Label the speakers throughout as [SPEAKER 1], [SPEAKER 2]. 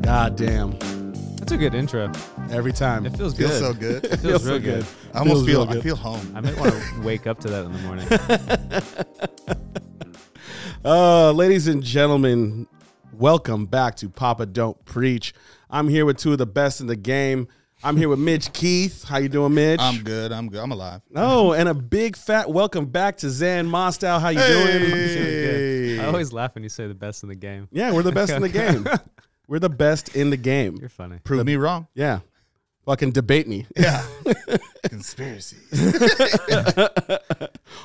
[SPEAKER 1] God damn.
[SPEAKER 2] That's a good intro.
[SPEAKER 1] Every time.
[SPEAKER 2] It feels
[SPEAKER 3] Feels
[SPEAKER 2] good.
[SPEAKER 3] so good.
[SPEAKER 2] It feels,
[SPEAKER 1] so
[SPEAKER 2] real good.
[SPEAKER 3] I
[SPEAKER 1] Feels
[SPEAKER 3] almost feel.
[SPEAKER 1] real
[SPEAKER 3] I
[SPEAKER 1] good.
[SPEAKER 3] feel home.
[SPEAKER 2] I might want to wake up to that in the morning.
[SPEAKER 1] Uh, ladies and gentlemen, welcome back to Papa Don't Preach. I'm here with two of the best in the game. I'm here with Mitch Keith. How you doing, Mitch?
[SPEAKER 3] I'm good. I'm good. I'm alive.
[SPEAKER 1] oh, and a big fat welcome back to Zan Mostow. How you doing?
[SPEAKER 2] Really good. I
[SPEAKER 3] Hey.
[SPEAKER 2] always laugh when you say the best in the game.
[SPEAKER 1] Yeah, we're the best in the game. We're the best in the game.
[SPEAKER 2] You're funny.
[SPEAKER 3] Prove me wrong.
[SPEAKER 1] Yeah. Fucking debate me.
[SPEAKER 3] Yeah. Conspiracy.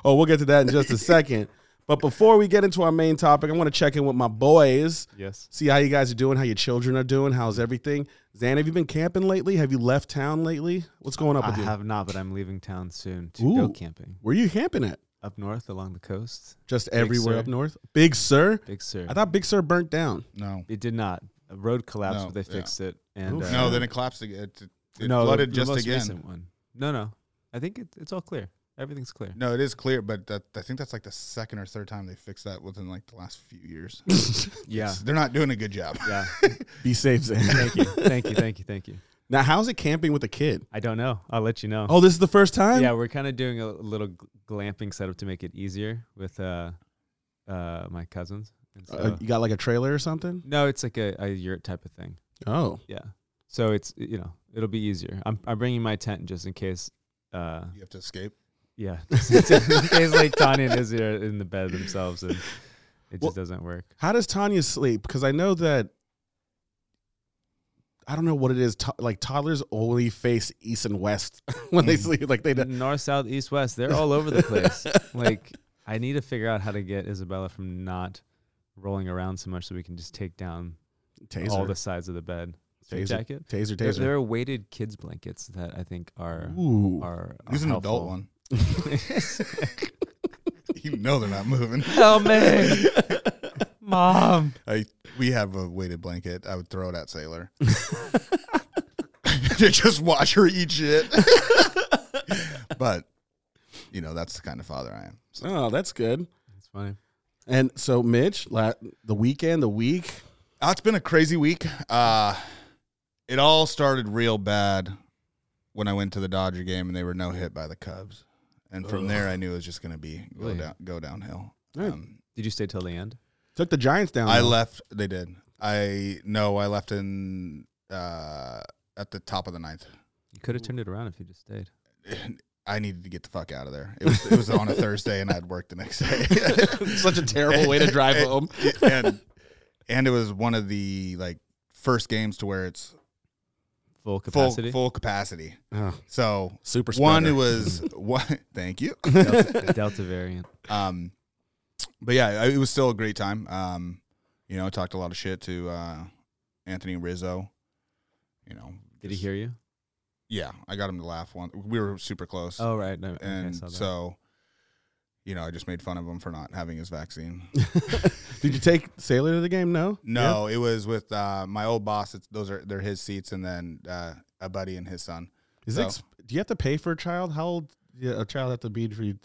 [SPEAKER 1] Oh, we'll get to that in just a second. But before we get into our main topic, I want to check in with my boys.
[SPEAKER 2] Yes.
[SPEAKER 1] See how you guys are doing, how your children are doing, how's everything. Zan, have you been camping lately? Have you left town lately? What's going up
[SPEAKER 2] I
[SPEAKER 1] with you?
[SPEAKER 2] have not, but I'm leaving town soon to
[SPEAKER 1] Ooh.
[SPEAKER 2] go camping
[SPEAKER 1] Where you camping at?
[SPEAKER 2] up north along the coast.
[SPEAKER 1] Just everywhere
[SPEAKER 2] Sur.
[SPEAKER 1] up north? Big Sur?
[SPEAKER 2] Big Sur.
[SPEAKER 1] I thought Big Sur burnt down.
[SPEAKER 3] No.
[SPEAKER 2] it did not. A road collapsed,
[SPEAKER 3] No,
[SPEAKER 2] but they
[SPEAKER 3] yeah.
[SPEAKER 2] fixed it. And
[SPEAKER 1] Oof.
[SPEAKER 2] uh,
[SPEAKER 3] No. Then it collapsed again. It, it
[SPEAKER 2] no,
[SPEAKER 3] flooded
[SPEAKER 2] the
[SPEAKER 3] just
[SPEAKER 2] most
[SPEAKER 3] again.
[SPEAKER 2] Recent one. No, no. I think it, it's all clear. Everything's clear.
[SPEAKER 3] No, it is clear, but that, I think that's like the second or third time they fixed that within like the last few years.
[SPEAKER 2] Yeah.
[SPEAKER 3] They're not doing a good job.
[SPEAKER 2] Yeah.
[SPEAKER 1] Be safe, Zan.
[SPEAKER 2] Thank you. Thank you. Thank you. Thank you.
[SPEAKER 1] now, how's it camping with a kid?
[SPEAKER 2] I don't know. I'll let you know.
[SPEAKER 1] Oh, this is the first time?
[SPEAKER 2] yeah, we're kind of doing a little gl- glamping setup to make it easier with uh, uh, my cousins. And so,
[SPEAKER 1] Uh, you got like a trailer or something?
[SPEAKER 2] no, it's like a, a yurt type of thing.
[SPEAKER 1] Oh.
[SPEAKER 2] Yeah. So it's you know it'll be easier. I'm I'm bringing my tent just in case. Uh,
[SPEAKER 3] You have to escape.
[SPEAKER 2] yeah, just in case like Tanya and Izzy are in the bed themselves and it just
[SPEAKER 1] Well-
[SPEAKER 2] doesn't work.
[SPEAKER 1] How does Tanya sleep? Because I know that I don't know what it is. To- like toddlers only face east and west when
[SPEAKER 2] Mm.
[SPEAKER 1] they sleep. Like they don't.
[SPEAKER 2] North, south, east, west. They're all over the place. like I need to figure out how to get Isabella from not rolling around so much so we can just take down
[SPEAKER 1] Taser.
[SPEAKER 2] all the sides of the bed. Straight
[SPEAKER 1] Taser.
[SPEAKER 2] jacket.
[SPEAKER 1] Taser,
[SPEAKER 2] There,
[SPEAKER 1] taser.
[SPEAKER 2] there are weighted kids blankets that I think are
[SPEAKER 1] Ooh.
[SPEAKER 2] are. are
[SPEAKER 3] Use an
[SPEAKER 2] helpful.
[SPEAKER 3] adult one. You know they're not moving.
[SPEAKER 2] Help me, mom.
[SPEAKER 3] I we have a weighted blanket. I would throw it at Sailor. to just watch her eat shit. but you know that's the kind of father I am. So
[SPEAKER 1] Oh, that's good.
[SPEAKER 2] That's funny.
[SPEAKER 1] And so, Mitch, la- the weekend, the week.
[SPEAKER 3] Oh, it's been a crazy week. Uh, it all started real bad when I went to the Dodger game and they were no hit by the Cubs, and from there I knew it was just going to be go
[SPEAKER 2] Really?
[SPEAKER 3] down go downhill.
[SPEAKER 1] Right.
[SPEAKER 3] Um,
[SPEAKER 2] Did you stay till the end?
[SPEAKER 1] Took the Giants down.
[SPEAKER 3] I
[SPEAKER 1] though.
[SPEAKER 3] left. They did. I no. I left in uh, at the top of the ninth.
[SPEAKER 2] You could have turned it around if you just stayed.
[SPEAKER 3] I needed to get the fuck out of there. It was, it was on a Thursday, and I had work the next day.
[SPEAKER 1] Such a terrible way to drive home.
[SPEAKER 3] and and it was one of the like first games to where it's
[SPEAKER 2] Full capacity.
[SPEAKER 3] full full capacity.
[SPEAKER 1] Oh,
[SPEAKER 3] So
[SPEAKER 1] super
[SPEAKER 3] one,
[SPEAKER 1] spreader.
[SPEAKER 3] it was one. Thank you.
[SPEAKER 2] Delta, the Delta variant.
[SPEAKER 3] Um, but yeah, it was still a great time. Um, you know, I talked a lot of shit to uh, Anthony Rizzo. You know,
[SPEAKER 2] Did he hear you?
[SPEAKER 3] Yeah, I got him to laugh once. We were super close.
[SPEAKER 2] Oh right, no, okay, I
[SPEAKER 3] and
[SPEAKER 2] saw that.
[SPEAKER 3] so you know i just made fun of him for not having his vaccine
[SPEAKER 1] Did you take Sailor to the game? No. Yeah?
[SPEAKER 3] no it was with uh, my old boss it's, those are they're his seats and then uh, a buddy and his son
[SPEAKER 1] Is it
[SPEAKER 3] So-
[SPEAKER 1] ex- do you have to pay for a child? How old yeah, a child have to be for you?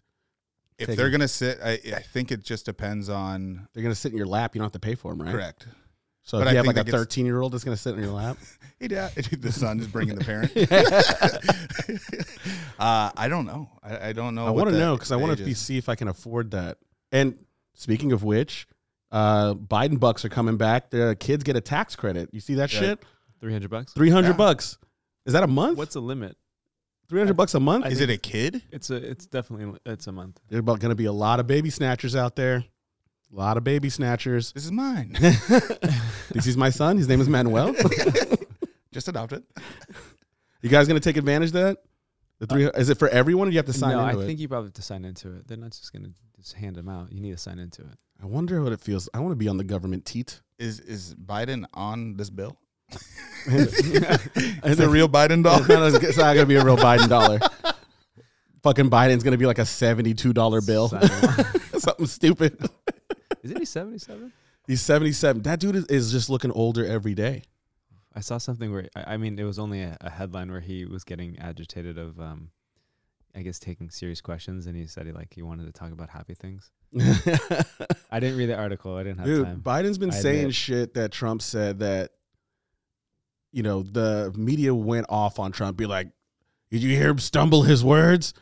[SPEAKER 3] if
[SPEAKER 1] Take
[SPEAKER 3] they're
[SPEAKER 1] him.
[SPEAKER 3] gonna sit I, I think it just depends on
[SPEAKER 1] They're gonna sit in your lap. You don't have to pay for them, right?
[SPEAKER 3] correct
[SPEAKER 1] So
[SPEAKER 3] But
[SPEAKER 1] if
[SPEAKER 3] I
[SPEAKER 1] you have
[SPEAKER 3] think
[SPEAKER 1] like a
[SPEAKER 3] that gets-
[SPEAKER 1] 13 year old that's gonna sit in your lap.
[SPEAKER 3] yeah the son is bringing the parent uh, i don't know i, I don't know
[SPEAKER 1] I
[SPEAKER 3] what
[SPEAKER 1] want to
[SPEAKER 3] the
[SPEAKER 1] know because I want
[SPEAKER 3] age
[SPEAKER 1] to be,
[SPEAKER 3] is.
[SPEAKER 1] see if I can afford that. And speaking of which, uh, Biden bucks are coming back. The kids get a tax credit. You see that
[SPEAKER 3] Yeah.
[SPEAKER 1] shit?
[SPEAKER 2] Three hundred bucks.
[SPEAKER 1] Three hundred
[SPEAKER 3] Yeah.
[SPEAKER 1] bucks. Is that a month?
[SPEAKER 2] What's the limit?
[SPEAKER 1] three hundred bucks a month?
[SPEAKER 2] I
[SPEAKER 3] is
[SPEAKER 2] think-
[SPEAKER 3] it a kid
[SPEAKER 2] It's a. It's definitely. It's a month.
[SPEAKER 1] There's about going to be a lot of baby snatchers out there. A lot of baby snatchers.
[SPEAKER 3] this is mine
[SPEAKER 1] This is my son. His name is Manuel.
[SPEAKER 3] just adopt it
[SPEAKER 1] you guys going to take advantage of that? The three is it for everyone? Or do you have to sign
[SPEAKER 2] no, I
[SPEAKER 1] into it?
[SPEAKER 2] think you probably have to sign into it. They're not just gonna just hand them out. You need to sign into it.
[SPEAKER 1] I wonder what it feels. I want to be on the government teat.
[SPEAKER 3] is is biden on this bill
[SPEAKER 1] It's
[SPEAKER 3] is it
[SPEAKER 1] like-
[SPEAKER 3] real biden
[SPEAKER 1] It's
[SPEAKER 3] dollar
[SPEAKER 1] not, as- it's not gonna be a real Biden dollar. Fucking Biden's gonna be like a seventy-two dollar bill,
[SPEAKER 2] Sign it.
[SPEAKER 1] something stupid.
[SPEAKER 2] Isn't he seventy-seven?
[SPEAKER 1] He's seventy-seven. That dude is, is just looking older every day.
[SPEAKER 2] I saw something where I, I mean it was only a, a headline where he was getting agitated of um I guess taking serious questions and he said he like he wanted to talk about happy things.
[SPEAKER 1] dude,
[SPEAKER 2] I didn't read the article. I didn't have time.
[SPEAKER 1] Biden's been
[SPEAKER 2] I
[SPEAKER 1] saying
[SPEAKER 2] admit.
[SPEAKER 1] shit that Trump said that you know, the media went off on Trump, be like, did you hear him stumble his words?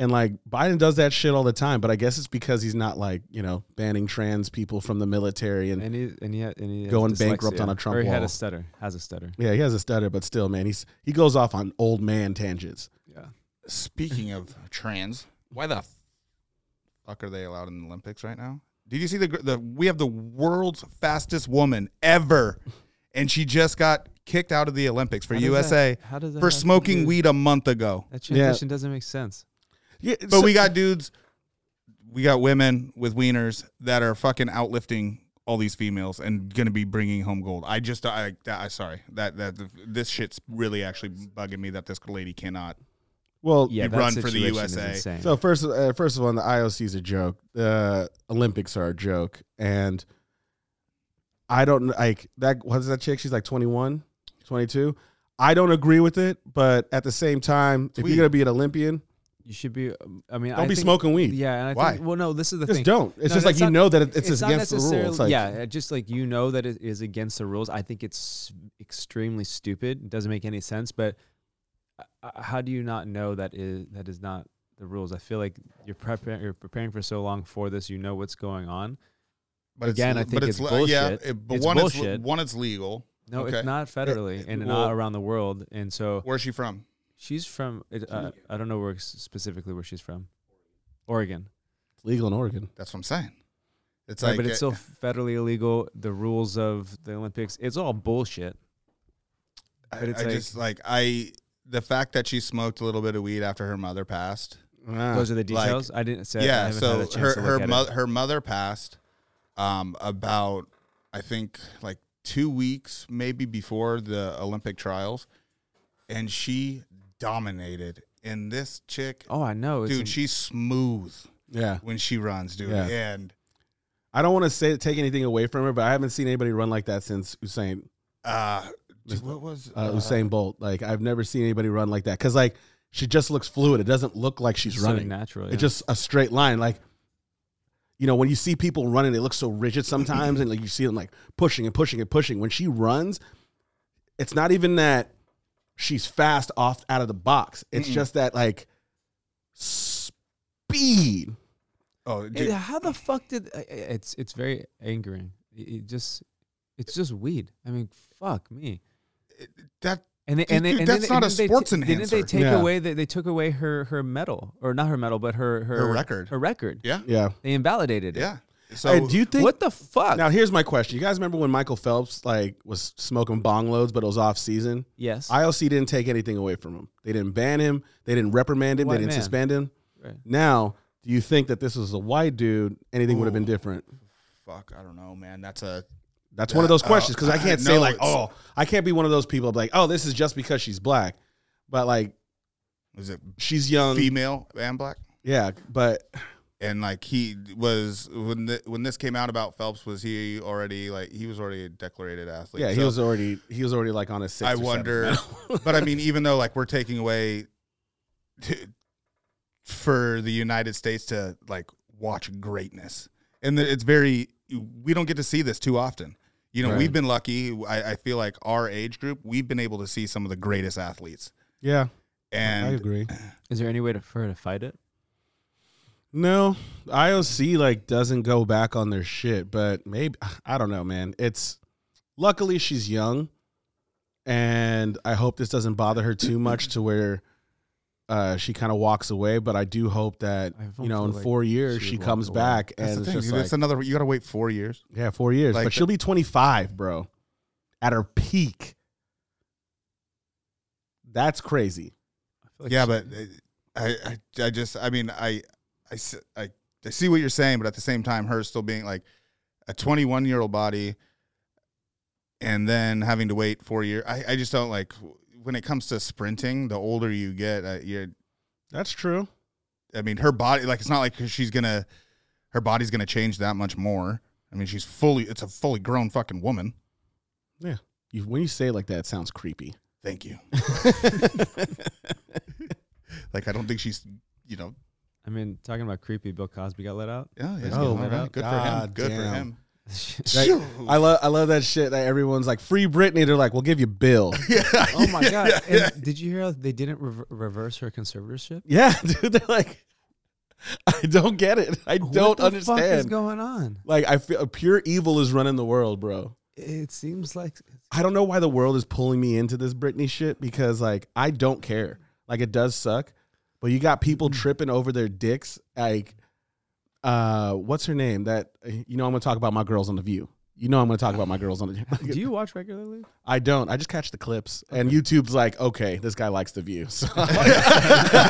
[SPEAKER 1] And like Biden does that shit all the time, but I guess it's because he's not like, you know, banning trans people from the military and
[SPEAKER 2] and he and he, had, and he has
[SPEAKER 1] Going bankrupt on
[SPEAKER 2] dyslexia.
[SPEAKER 1] a Trump
[SPEAKER 2] Or he had
[SPEAKER 1] wall.
[SPEAKER 2] a stutter. Has a stutter.
[SPEAKER 1] yeah, he has a stutter, but still, man, he's he goes off on old man tangents.
[SPEAKER 2] Yeah.
[SPEAKER 3] Speaking of trans, why the fuck are they allowed in the Olympics right now? Did you see the gr- the we have the world's fastest woman ever, and she just got kicked out of the Olympics for
[SPEAKER 2] How does
[SPEAKER 3] USA
[SPEAKER 2] that- how does that
[SPEAKER 3] for
[SPEAKER 2] have to
[SPEAKER 3] smoking
[SPEAKER 2] do-
[SPEAKER 3] weed a month ago.
[SPEAKER 2] That
[SPEAKER 1] Yeah.
[SPEAKER 2] transition doesn't make sense.
[SPEAKER 1] Yeah,
[SPEAKER 3] But we got dudes, we got women with wieners that are fucking outlifting all these females and gonna be bringing home gold. I just, I, I, sorry that that this shit's really actually bugging me that this lady cannot.
[SPEAKER 1] well,
[SPEAKER 2] Yeah,
[SPEAKER 3] You
[SPEAKER 2] that
[SPEAKER 3] run for the
[SPEAKER 2] situation is
[SPEAKER 3] USA.
[SPEAKER 2] insane.
[SPEAKER 1] So first, uh, first of all, the IOC is a joke. The Olympics are a joke, and I don't like that. What's that chick? She's like 21, 22. I don't agree with it, but at the same time, if
[SPEAKER 3] Weed.
[SPEAKER 1] you're gonna be an Olympian,
[SPEAKER 2] you should be. um, I mean,
[SPEAKER 1] don't
[SPEAKER 2] I
[SPEAKER 1] be
[SPEAKER 2] think-
[SPEAKER 1] smoking weed.
[SPEAKER 2] Yeah, and I
[SPEAKER 3] Why?
[SPEAKER 2] Think, well, no, this is the
[SPEAKER 1] Just
[SPEAKER 2] thing.
[SPEAKER 1] don't. It's
[SPEAKER 2] No,
[SPEAKER 1] just like
[SPEAKER 2] that's
[SPEAKER 1] you
[SPEAKER 2] not-
[SPEAKER 1] know that it, it's,
[SPEAKER 2] not
[SPEAKER 1] against the
[SPEAKER 2] necessarily-
[SPEAKER 1] rules. Like,
[SPEAKER 2] yeah, it just like you know that it is against the rules. I think it's extremely stupid. It doesn't make any sense. But uh, uh, how do you not know that is that is not the rules? I feel like you're preparing you're preparing for so long for this. You know what's going on.
[SPEAKER 3] But
[SPEAKER 2] Again, I think it's
[SPEAKER 3] le-
[SPEAKER 2] bullshit.
[SPEAKER 3] it- but
[SPEAKER 2] It's
[SPEAKER 3] one,
[SPEAKER 2] bullshit.
[SPEAKER 3] It's, one, it's legal.
[SPEAKER 2] No,
[SPEAKER 3] Okay.
[SPEAKER 2] it's not federally and
[SPEAKER 3] well-
[SPEAKER 2] not around the world. And so
[SPEAKER 3] Where's she from?
[SPEAKER 2] she's from. It, uh, I don't know where s- specifically where she's from. Oregon,
[SPEAKER 1] it's legal in Oregon.
[SPEAKER 3] That's what I'm saying. It's
[SPEAKER 2] Right,
[SPEAKER 3] like,
[SPEAKER 2] but it's
[SPEAKER 3] uh,
[SPEAKER 2] still federally illegal. The rules of the Olympics, it's all bullshit.
[SPEAKER 3] I,
[SPEAKER 2] but it's
[SPEAKER 3] I
[SPEAKER 2] like-
[SPEAKER 3] just like I, the fact that she smoked a little bit of weed after her mother passed.
[SPEAKER 2] Those are the
[SPEAKER 3] Uh, like-
[SPEAKER 2] details. I didn't say. I
[SPEAKER 3] yeah
[SPEAKER 2] haven't
[SPEAKER 3] so
[SPEAKER 2] had a chance
[SPEAKER 3] her
[SPEAKER 2] to
[SPEAKER 3] her,
[SPEAKER 2] look at it.
[SPEAKER 3] mo- her mother passed um about i think like two weeks maybe before the olympic trials and she dominated and this chick
[SPEAKER 2] Oh, I know, it's
[SPEAKER 3] dude
[SPEAKER 2] in-
[SPEAKER 3] she's smooth
[SPEAKER 1] yeah.
[SPEAKER 3] when she runs dude
[SPEAKER 1] Yeah.
[SPEAKER 3] and
[SPEAKER 1] I don't want to say take anything away from her, but I haven't seen anybody run like that since Usain
[SPEAKER 3] uh dude, what was
[SPEAKER 1] uh,
[SPEAKER 2] Uh-huh.
[SPEAKER 1] Usain Bolt. Like I've never seen anybody run like that because like she just looks fluid. It doesn't look like she's
[SPEAKER 2] so
[SPEAKER 1] running.
[SPEAKER 2] natural. yeah.
[SPEAKER 1] It's just a straight line. Like, you know, when you see people running, they look so rigid sometimes, and like you see them like pushing and pushing and pushing. When she runs, it's not even that she's fast off out of the box. It's just that like speed.
[SPEAKER 3] oh
[SPEAKER 2] It-
[SPEAKER 3] dude,
[SPEAKER 2] Eh, how the fuck did I- I- it's it's very angering. It, it just it's just weed. I mean, fuck me.
[SPEAKER 3] that
[SPEAKER 2] And they,
[SPEAKER 3] Dude,
[SPEAKER 2] and, they,
[SPEAKER 3] dude,
[SPEAKER 2] and
[SPEAKER 3] that's
[SPEAKER 2] then,
[SPEAKER 3] not
[SPEAKER 2] and
[SPEAKER 3] a
[SPEAKER 2] then
[SPEAKER 3] sports
[SPEAKER 2] they, t- Didn't they
[SPEAKER 3] enhancer.
[SPEAKER 2] take
[SPEAKER 1] Yeah.
[SPEAKER 2] away they, they took away her her medal or not her medal but her her,
[SPEAKER 3] Her record.
[SPEAKER 2] her record.
[SPEAKER 3] yeah
[SPEAKER 1] Yeah.
[SPEAKER 2] They invalidated it.
[SPEAKER 3] yeah so
[SPEAKER 1] Hey, do you think?
[SPEAKER 2] What the fuck?
[SPEAKER 1] Now here's my question. You guys remember when Michael Phelps like was smoking bong loads, but it was off season?
[SPEAKER 2] yes.
[SPEAKER 1] IOC didn't take anything away from him. They didn't ban him. They didn't reprimand him.
[SPEAKER 2] White
[SPEAKER 1] they didn't
[SPEAKER 2] man.
[SPEAKER 1] suspend him.
[SPEAKER 2] Right.
[SPEAKER 1] Now, do you think that this was a white dude? Anything would have been different.
[SPEAKER 3] fuck i don't know man that's a
[SPEAKER 1] That's one of those
[SPEAKER 3] Uh,
[SPEAKER 1] questions because I
[SPEAKER 3] I
[SPEAKER 1] can't
[SPEAKER 3] know
[SPEAKER 1] say like,
[SPEAKER 3] it's-
[SPEAKER 1] oh, I can't be one of those people like, oh, this is just because she's black, but like
[SPEAKER 3] was it
[SPEAKER 1] she's young,
[SPEAKER 3] female and black
[SPEAKER 1] yeah. But
[SPEAKER 3] and like he was when the, when this came out about Phelps was he already like he was already a declarated athlete.
[SPEAKER 1] yeah, he
[SPEAKER 3] So
[SPEAKER 1] was already he was already like on his sixth.
[SPEAKER 3] I
[SPEAKER 1] or
[SPEAKER 3] wonder,
[SPEAKER 1] seventh medal.
[SPEAKER 3] but I mean, even though like we're taking away t- for the United States to like watch greatness, and the, it's very we don't get to see this too often. You know,
[SPEAKER 1] Right.
[SPEAKER 3] we've been lucky. I, I feel like our age group, we've been able to see some of the greatest athletes.
[SPEAKER 1] yeah, I
[SPEAKER 3] And
[SPEAKER 1] agree.
[SPEAKER 2] Is there any way to, for her to fight it?
[SPEAKER 1] No, IOC like doesn't go back on their shit, but maybe I don't know, man. It's luckily she's young, and I hope this doesn't bother her too much to where uh, she kind of walks away. But I do hope that
[SPEAKER 2] I don't
[SPEAKER 1] you know
[SPEAKER 2] feel
[SPEAKER 1] in
[SPEAKER 2] like
[SPEAKER 1] four years
[SPEAKER 2] she
[SPEAKER 1] she
[SPEAKER 2] would
[SPEAKER 1] comes
[SPEAKER 2] walk away.
[SPEAKER 1] back
[SPEAKER 3] that's
[SPEAKER 1] and
[SPEAKER 3] the
[SPEAKER 1] it's
[SPEAKER 3] thing,
[SPEAKER 1] just
[SPEAKER 3] dude.
[SPEAKER 1] like,
[SPEAKER 3] that's another. You got to wait four years.
[SPEAKER 1] yeah, four years.
[SPEAKER 3] like
[SPEAKER 1] but she'll be twenty five, bro, at her peak. That's crazy.
[SPEAKER 2] I feel like
[SPEAKER 3] yeah,
[SPEAKER 2] she-
[SPEAKER 3] but uh, I, I, I just, I mean, I, I, s- I- I see what you're saying, but at the same time, her still being like a 21 year old body, and then having to wait four years. I, I just don't like when it comes to sprinting. The older you get, uh, you're,
[SPEAKER 1] That's true.
[SPEAKER 3] I mean, her body, like, it's not like she's gonna, her body's gonna change that much more. I mean, she's fully, it's a fully grown fucking woman.
[SPEAKER 1] You, when you say it like that, it sounds creepy.
[SPEAKER 3] Thank you. like, I don't think she's, you know,
[SPEAKER 2] I mean, talking about creepy, Bill Cosby got let out.
[SPEAKER 3] yeah, yeah,
[SPEAKER 1] Oh,
[SPEAKER 3] all right. good for him.
[SPEAKER 1] God
[SPEAKER 3] Good for
[SPEAKER 1] damn.
[SPEAKER 3] him.
[SPEAKER 1] Right? I love I love that shit that everyone's like free Britney. They're like, we'll give you Bill.
[SPEAKER 3] yeah.
[SPEAKER 2] oh my
[SPEAKER 3] yeah,
[SPEAKER 2] god!
[SPEAKER 3] yeah,
[SPEAKER 2] And
[SPEAKER 3] yeah.
[SPEAKER 2] Did you hear how they didn't rever- reverse her conservatorship?
[SPEAKER 1] Yeah, dude. They're like, I don't get it. I
[SPEAKER 2] what
[SPEAKER 1] don't
[SPEAKER 2] the Fuck is
[SPEAKER 1] understand.
[SPEAKER 2] going on?
[SPEAKER 1] like I feel pure evil is running the world, bro.
[SPEAKER 2] It seems like
[SPEAKER 1] I don't know why the world is pulling me into this Britney shit because like I don't care. Like it does suck, but you got people
[SPEAKER 2] Mm-hmm.
[SPEAKER 1] tripping over their dicks. Like, uh, what's her name? That you know I'm gonna talk about my girls on the View. You know I'm gonna talk about my girls on the.
[SPEAKER 2] Do you watch regularly?
[SPEAKER 1] I don't. I just catch the clips, and YouTube's like, okay, this guy likes the view. So like,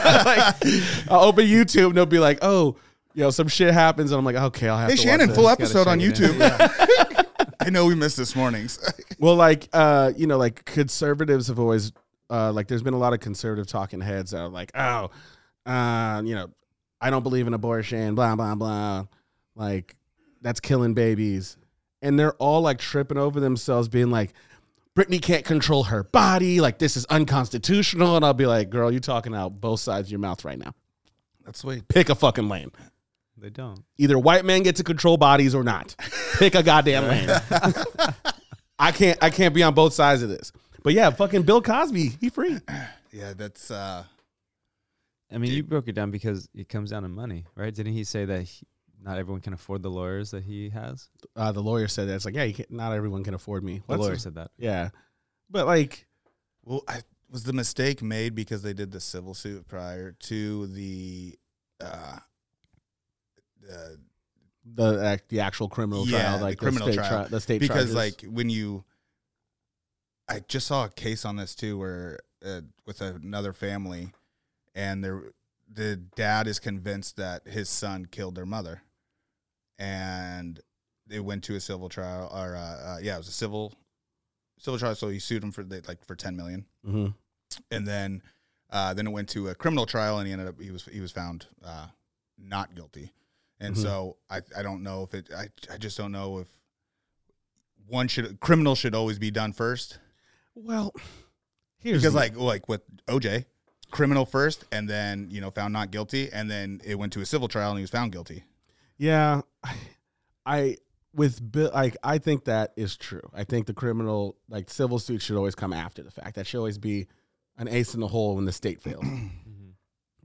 [SPEAKER 1] I'll open YouTube, and they'll be like, oh, you know, some shit happens, and I'm like, okay, I'll have
[SPEAKER 3] Hey
[SPEAKER 1] to.
[SPEAKER 3] Shannon,
[SPEAKER 1] watch
[SPEAKER 3] full
[SPEAKER 1] this.
[SPEAKER 2] Just
[SPEAKER 3] episode
[SPEAKER 2] gotta
[SPEAKER 3] on
[SPEAKER 2] check it
[SPEAKER 3] YouTube. I know we missed this morning's.
[SPEAKER 1] Well, like, uh, you know, like conservatives have always, uh, like, there's been a lot of conservative talking heads that are like, oh, uh, you know, I don't believe in abortion, blah blah blah, like that's killing babies, and they're all like tripping over themselves, being like. Brittany can't control her body. Like this is unconstitutional, and I'll be like, "Girl, you talking out both sides of your mouth right now.
[SPEAKER 3] That's way
[SPEAKER 1] Pick a fucking lane.
[SPEAKER 2] They don't.
[SPEAKER 1] Either white men get to control bodies or not. Pick a goddamn lane. I can't. I can't be on both sides of this. But yeah, fucking Bill Cosby, he free.
[SPEAKER 3] Yeah, that's uh
[SPEAKER 2] I mean, you broke it down because it comes down to money, right? Didn't he say that he, not everyone can afford the lawyers that he has?
[SPEAKER 1] Uh, the lawyer said that. It's like, yeah, you can't, not everyone can afford me.
[SPEAKER 2] The
[SPEAKER 1] The
[SPEAKER 2] lawyer
[SPEAKER 1] lawyer.
[SPEAKER 2] said that.
[SPEAKER 1] Yeah, but like,
[SPEAKER 3] well I was the mistake made because they did the civil suit prior to the uh the
[SPEAKER 1] the act the actual criminal
[SPEAKER 3] Yeah,
[SPEAKER 1] trial,
[SPEAKER 3] the
[SPEAKER 1] like the,
[SPEAKER 3] criminal
[SPEAKER 1] state
[SPEAKER 3] trial.
[SPEAKER 1] trial, the state
[SPEAKER 3] because
[SPEAKER 1] charges.
[SPEAKER 3] like when you i just saw a case on this too where uh, with another family and there the dad is convinced that his son killed their mother and it went to a civil trial or uh, uh, yeah it was a civil civil trial so he sued him for the, like for 10 million
[SPEAKER 1] Mhm.
[SPEAKER 3] and then uh, then it went to a criminal trial, and he ended up he was he was found uh, not guilty. And
[SPEAKER 1] Mhm.
[SPEAKER 3] so I, I don't know if it I, I just don't know if one should criminal should always be done first
[SPEAKER 1] well, here's
[SPEAKER 3] because
[SPEAKER 1] the-
[SPEAKER 3] like like with OJ criminal first and then you know found not guilty and then it went to a civil trial and he was found guilty
[SPEAKER 1] Yeah, I- I with Bill, like I think that is true. I think the criminal, like civil suit, should always come after the fact. That should always be an ace in the hole when the state fails.
[SPEAKER 3] Mm-hmm.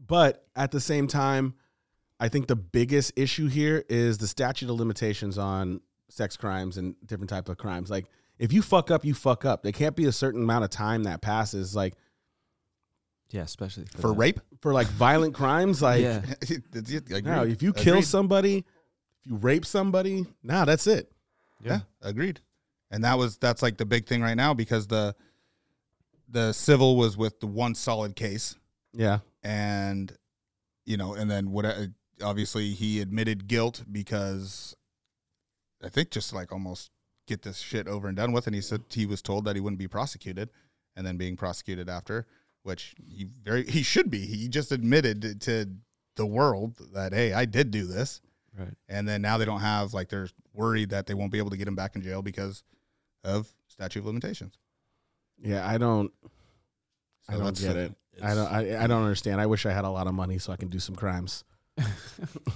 [SPEAKER 1] but at the same time, I think the biggest issue here is the statute of limitations on sex crimes and different type of crimes. Like if you fuck up, you fuck up. There can't be a certain amount of time that passes. Like
[SPEAKER 2] Yeah, especially for,
[SPEAKER 3] for
[SPEAKER 2] that.
[SPEAKER 3] rape.
[SPEAKER 1] for like violent crimes, like
[SPEAKER 2] yeah,
[SPEAKER 3] Agreed.
[SPEAKER 1] no, if you kill
[SPEAKER 3] Agreed.
[SPEAKER 1] somebody, if you rape somebody, nah, that's it.
[SPEAKER 3] Yeah, agreed. And that was that's like the big thing right now because the the civil was with the one solid case,
[SPEAKER 1] Yeah.
[SPEAKER 3] and you know, and then what? uh, Obviously, he admitted guilt because I think just like almost get this shit over and done with. And he said he was told that he wouldn't be prosecuted, and then being prosecuted after, which he very he should be. He just admitted to the world that hey, I did do this
[SPEAKER 2] right.
[SPEAKER 3] and then now they don't have like they're worried that they won't be able to get him back in jail because of statute of limitations.
[SPEAKER 1] Yeah, I don't. I don't
[SPEAKER 3] that's
[SPEAKER 1] get
[SPEAKER 3] the-
[SPEAKER 1] it. I don't. I, I don't understand. I wish I had a lot of money so I can do some crimes.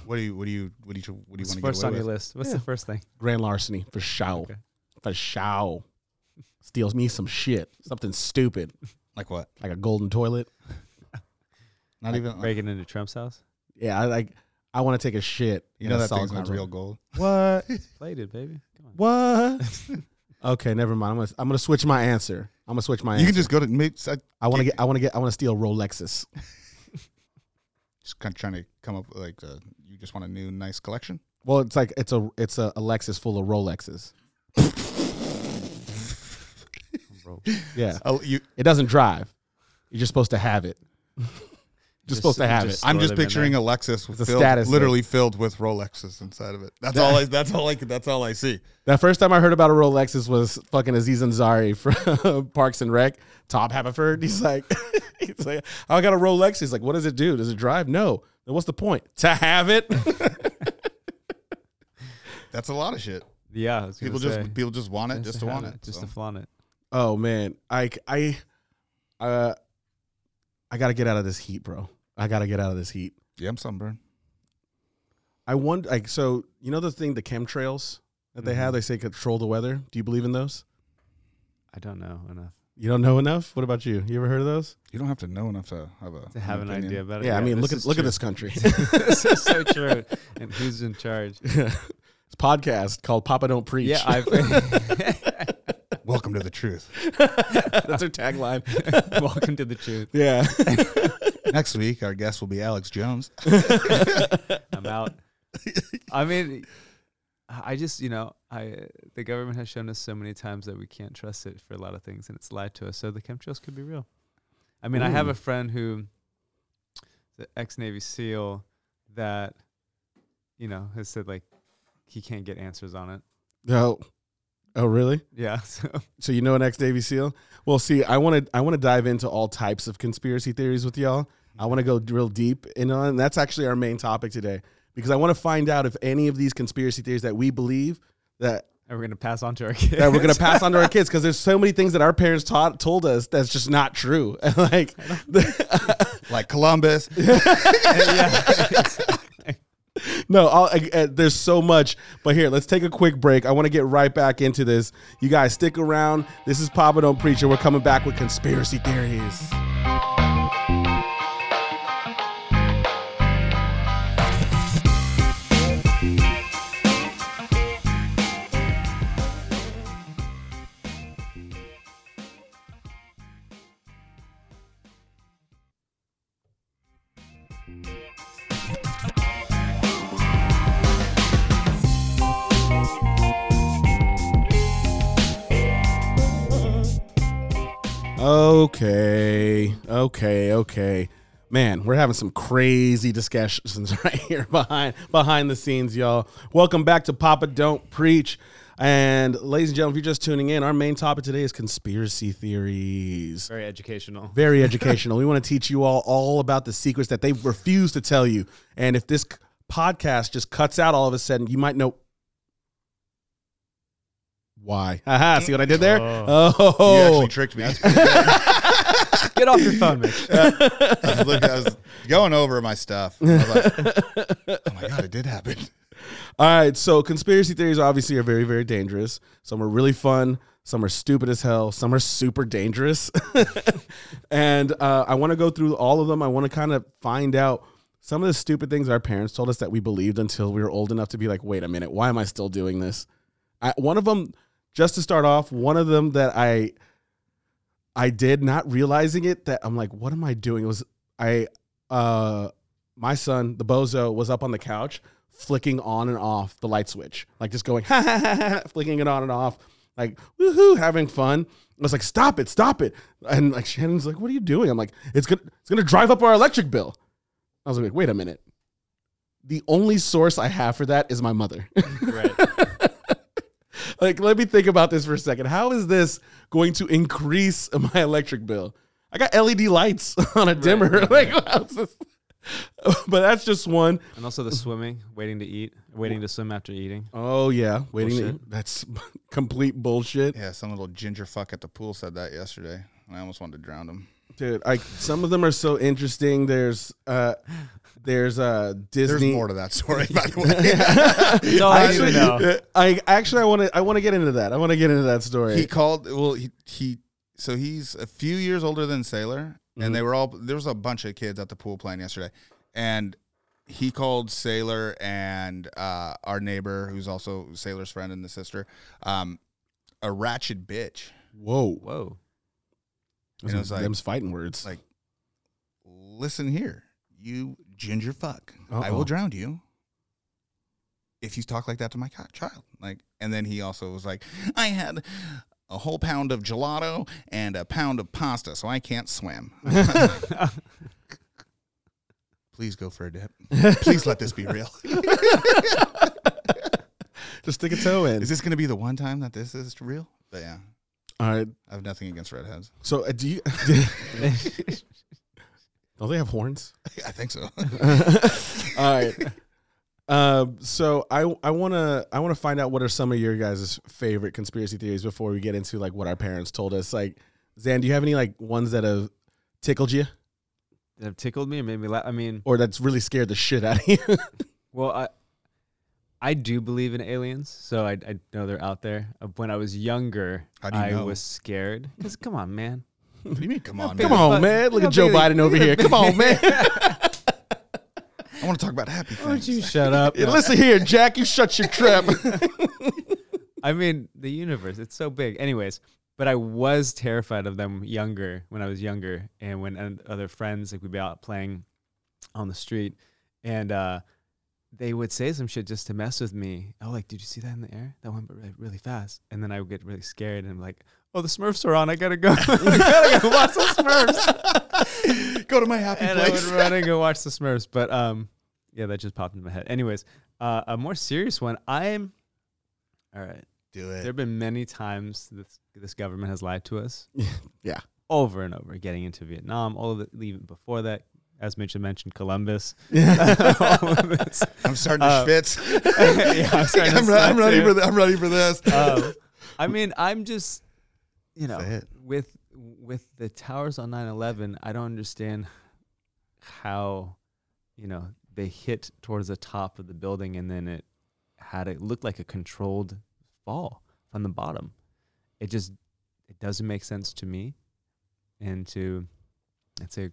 [SPEAKER 3] What do you? What do you? What do you? What do
[SPEAKER 2] What's
[SPEAKER 3] you want to
[SPEAKER 2] first
[SPEAKER 3] get
[SPEAKER 2] on
[SPEAKER 3] away
[SPEAKER 2] your
[SPEAKER 3] with?
[SPEAKER 2] list? What's the first thing?
[SPEAKER 1] Grand larceny for show.
[SPEAKER 2] Okay.
[SPEAKER 1] For show. Steals me some shit. Something stupid
[SPEAKER 3] Like what?
[SPEAKER 1] like a golden toilet.
[SPEAKER 3] Not even. Like,
[SPEAKER 2] Breaking into Trump's house?
[SPEAKER 1] Yeah, I like. I want to take a shit.
[SPEAKER 3] you
[SPEAKER 1] in
[SPEAKER 3] know
[SPEAKER 1] a
[SPEAKER 3] that
[SPEAKER 1] solid
[SPEAKER 3] thing's not
[SPEAKER 1] conver-
[SPEAKER 3] real gold.
[SPEAKER 1] What?
[SPEAKER 2] Played it, baby. Come on.
[SPEAKER 1] What? okay, never mind. I'm gonna. I'm gonna switch my answer. I'm gonna switch my.
[SPEAKER 3] You
[SPEAKER 1] answer.
[SPEAKER 3] can just go to. mix- I-
[SPEAKER 1] I want to get. I want to get. I want to steal Rolexes.
[SPEAKER 3] Just kind of trying to come up with like a, you just want a new nice collection.
[SPEAKER 1] Well, it's like it's a it's a, a Lexus full of Rolexes.
[SPEAKER 2] Bro.
[SPEAKER 1] Yeah,
[SPEAKER 3] Oh, you.
[SPEAKER 1] it doesn't drive. You're just supposed to have it. Just supposed to have it.
[SPEAKER 2] store
[SPEAKER 3] I'm just
[SPEAKER 2] them in
[SPEAKER 3] picturing
[SPEAKER 2] there.
[SPEAKER 3] a Lexus with
[SPEAKER 1] a
[SPEAKER 3] filled,
[SPEAKER 1] status
[SPEAKER 3] literally filled with Rolexes inside of it. That's all. I, that's all. I. That's all I see.
[SPEAKER 1] The first time I heard about a Rolexes was fucking Aziz Ansari from Parks and Rec, Top Haverford. He's like, he's like, I got a Rolex. He's like, what does it do? Does it drive? No. Then what's the point? To have it?
[SPEAKER 3] That's a lot of shit.
[SPEAKER 2] Yeah, I was gonna
[SPEAKER 3] People just
[SPEAKER 2] say,
[SPEAKER 3] people just want it, just to
[SPEAKER 2] have
[SPEAKER 3] want it,
[SPEAKER 2] just
[SPEAKER 3] so.
[SPEAKER 2] to flaunt it.
[SPEAKER 1] oh man, I I uh, I gotta get out of this heat, bro. I gotta get out of this heat.
[SPEAKER 3] yeah, I'm sunburned.
[SPEAKER 1] I wonder, like, so you know the thing, the chemtrails. that they have. They say control the weather. Do you believe in those?
[SPEAKER 2] I don't know enough
[SPEAKER 1] You don't know enough. What about you? You ever heard of those?
[SPEAKER 3] You don't have to know enough to have a
[SPEAKER 2] to have an,
[SPEAKER 3] opinion.
[SPEAKER 2] idea about it.
[SPEAKER 1] Yeah, I mean,
[SPEAKER 2] this
[SPEAKER 1] look at
[SPEAKER 2] is
[SPEAKER 1] look at
[SPEAKER 2] true.
[SPEAKER 1] this country.
[SPEAKER 2] this is so true. And who's in charge?
[SPEAKER 1] It's a podcast called Papa Don't Preach.
[SPEAKER 2] Yeah, I've
[SPEAKER 3] Welcome to the truth.
[SPEAKER 1] that's our tagline.
[SPEAKER 2] welcome to the truth.
[SPEAKER 1] Yeah,
[SPEAKER 3] Next week, our guest will be Alex Jones.
[SPEAKER 2] I'm out. I mean, I just you know, I the government has shown us so many times that we can't trust it for a lot of things, and it's lied to us. So the chemtrails could be real. I mean, I have
[SPEAKER 1] Ooh.
[SPEAKER 2] a friend who, the ex Navy SEAL, that you know has said like he can't get answers on it.
[SPEAKER 1] no. Oh, really?
[SPEAKER 2] Yeah, so
[SPEAKER 1] So you know an ex Navy SEAL? Well, see, I want to I want to dive into all types of conspiracy theories with y'all. I want to go real deep in on. And that's actually our main topic today because I want to find out if any of these conspiracy theories that we believe that
[SPEAKER 2] and we're gonna pass on to our kids.
[SPEAKER 1] that we're gonna pass on to our kids because there's so many things that our parents taught told us that's just not true. like,
[SPEAKER 3] Like Columbus.
[SPEAKER 1] no, I'll, I, I, there's so much. But here, let's take a quick break. I want to get right back into this. You guys stick around. This is Papa Don't Preach, and we're coming back with conspiracy theories. Okay, okay, okay. Man, we're having some crazy discussions right here behind behind the scenes, y'all. Welcome back to Papa Don't Preach. And ladies and gentlemen, if you're just tuning in, our main topic today is conspiracy theories.
[SPEAKER 2] Very educational.
[SPEAKER 1] Very educational. we want to teach you all all about the secrets that they refuse to tell you. And if this c- podcast just cuts out all of a sudden, you might know why. Haha, see what I did there? Oh,
[SPEAKER 3] You actually tricked me. I
[SPEAKER 2] Get off your phone, Mitch.
[SPEAKER 3] was, looking, I was going over my stuff. I was like, oh my God, it did happen.
[SPEAKER 1] All right, so conspiracy theories obviously are very, very dangerous. Some are really fun, some are stupid as hell, some are super dangerous. and uh, I want to go through all of them. I want to kind of find out some of the stupid things our parents told us that we believed until we were old enough to be like, wait a minute, why am I still doing this? I, one of them, just to start off, one of them that I I did not realizing it that I'm like, what am I doing? It was I uh my son, the bozo, was up on the couch flicking on and off the light switch, like just going, ha, ha, ha, ha, flicking it on and off, like woohoo, having fun. I was like, stop it, stop it. And like Shannon's like, what are you doing? I'm like, it's gonna it's gonna drive up our electric bill. I was like, wait a minute. The only source I have for that is my mother.
[SPEAKER 2] Right.
[SPEAKER 1] like let me think about this for a second how is this going to increase my electric bill i got led lights on a dimmer
[SPEAKER 2] right,
[SPEAKER 1] like how's this? but that's just one.
[SPEAKER 2] And also the swimming, waiting to eat, waiting to swim after eating.
[SPEAKER 1] Oh yeah waiting to,
[SPEAKER 2] Bullshit.
[SPEAKER 1] that's complete bullshit
[SPEAKER 3] Yeah, some little ginger fuck at the pool said that yesterday. and I almost wanted to drown him.
[SPEAKER 1] dude like some of them are so interesting there's uh there's uh disney
[SPEAKER 3] There's more to that story, by the way.
[SPEAKER 2] No,
[SPEAKER 1] I
[SPEAKER 2] actually,
[SPEAKER 1] actually,
[SPEAKER 2] no.
[SPEAKER 1] I actually, I want to, I want to get into that. I want to get into that story.
[SPEAKER 3] he called, well, he, he, so he's a few years older than Sailor, and they were all, there was a bunch of kids at the pool playing yesterday. And he called Sailor and uh, our neighbor, who's also Sailor's friend and the sister, um, a ratchet bitch.
[SPEAKER 1] Whoa,
[SPEAKER 2] Whoa.
[SPEAKER 1] those
[SPEAKER 3] it was
[SPEAKER 1] are
[SPEAKER 3] like-
[SPEAKER 1] them's fighting words.
[SPEAKER 3] like- listen here, you ginger fuck. I
[SPEAKER 1] Uh-oh.
[SPEAKER 3] will drown you if you talk like that to my co- child. Like, and then he also was like, I had a whole pound of gelato and a pound of pasta, so I can't swim. Please go for a dip. Please let this be real.
[SPEAKER 1] just stick a toe in.
[SPEAKER 3] is this going to be the one time that this is real? But yeah,
[SPEAKER 1] All right.
[SPEAKER 3] I have nothing against redheads.
[SPEAKER 1] So, uh, do you? don't they have horns?
[SPEAKER 3] I think so.
[SPEAKER 1] All right. Um, so I I want to I want to find out what are some of your guys' favorite conspiracy theories before we get into like what our parents told us. Like, Zan, do you have any like ones that have tickled you
[SPEAKER 2] That have tickled me and made me laugh. I mean,
[SPEAKER 1] or that's really scared the shit out of you?
[SPEAKER 2] well, I I do believe in aliens, so I, I know they're out there. Uh, When I was younger,
[SPEAKER 3] How do you
[SPEAKER 2] I
[SPEAKER 3] know?
[SPEAKER 2] was scared. Cause come on, man.
[SPEAKER 3] What do you mean? Come on,
[SPEAKER 1] Come
[SPEAKER 3] man.
[SPEAKER 1] on,
[SPEAKER 2] But-
[SPEAKER 1] man. Look
[SPEAKER 2] Yeah,
[SPEAKER 1] at Joe
[SPEAKER 2] but-
[SPEAKER 1] Biden over
[SPEAKER 2] yeah,
[SPEAKER 1] here.
[SPEAKER 2] but-
[SPEAKER 1] Come on, man.
[SPEAKER 3] I want to talk about happy
[SPEAKER 2] Why don't
[SPEAKER 3] things.
[SPEAKER 2] you shut up?
[SPEAKER 1] Yeah, Listen here, Jack. You shut your trap.
[SPEAKER 2] I mean, the universe, it's so big. Anyways, but I was terrified of them younger when I was younger and when and other friends, like we'd be out playing on the street and uh, they would say some shit just to mess with me. Oh, like, did you see that in the air? That went really, really fast. And then I would get really scared and I'm like, oh, the Smurfs are on. I gotta go. I gotta go watch the Smurfs.
[SPEAKER 3] Go to my happy
[SPEAKER 2] and I would
[SPEAKER 3] place.
[SPEAKER 2] run and go watch the Smurfs. But um, yeah, that just popped into my head. Anyways, uh, a more serious one. I'm, all right.
[SPEAKER 3] Do
[SPEAKER 2] There have been many times this this government has lied to us.
[SPEAKER 1] Yeah.
[SPEAKER 2] Over and over, getting into Vietnam, all of it, even before that, as Mitchell mentioned, Columbus. all of this.
[SPEAKER 3] I'm starting to
[SPEAKER 2] Uh,
[SPEAKER 3] schwitz.
[SPEAKER 2] yeah, I'm starting to
[SPEAKER 3] I'm, re- I'm
[SPEAKER 2] sweat
[SPEAKER 3] ready
[SPEAKER 2] too.
[SPEAKER 3] for th- I'm ready for this.
[SPEAKER 2] Um, I mean, I'm just, you know,
[SPEAKER 3] Say it.
[SPEAKER 2] with with the towers on 9/11, I don't understand how, you know, they hit towards the top of the building and then it had it looked like a controlled fall from the bottom. It just it doesn't make sense to me, and to I'd say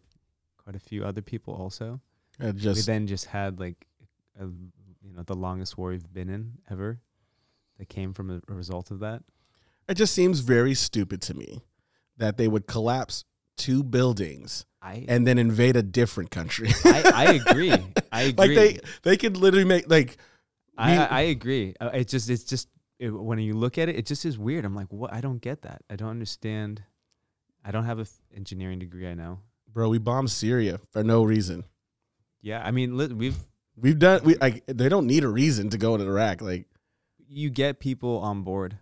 [SPEAKER 2] quite a few other people also.
[SPEAKER 1] It
[SPEAKER 2] we
[SPEAKER 1] just
[SPEAKER 2] then just had like, a, you know, the longest war we've been in ever. That came from a, a result of that.
[SPEAKER 1] it just seems very stupid to me that they would collapse two buildings
[SPEAKER 2] I
[SPEAKER 1] and then invade a different country.
[SPEAKER 2] I, I agree. I
[SPEAKER 1] like
[SPEAKER 2] agree.
[SPEAKER 1] they they could literally make like
[SPEAKER 2] I,
[SPEAKER 1] we-
[SPEAKER 2] I I agree. Uh, It's just it's just it, when you look at it, it just is weird. I'm like, what? I don't get that. I don't understand. I don't have an engineering degree. I know.
[SPEAKER 1] bro, we bombed Syria for no reason.
[SPEAKER 2] Yeah, I mean, li- we've
[SPEAKER 1] We've done we like they don't need a reason to go to Iraq. Like
[SPEAKER 2] you get people on board.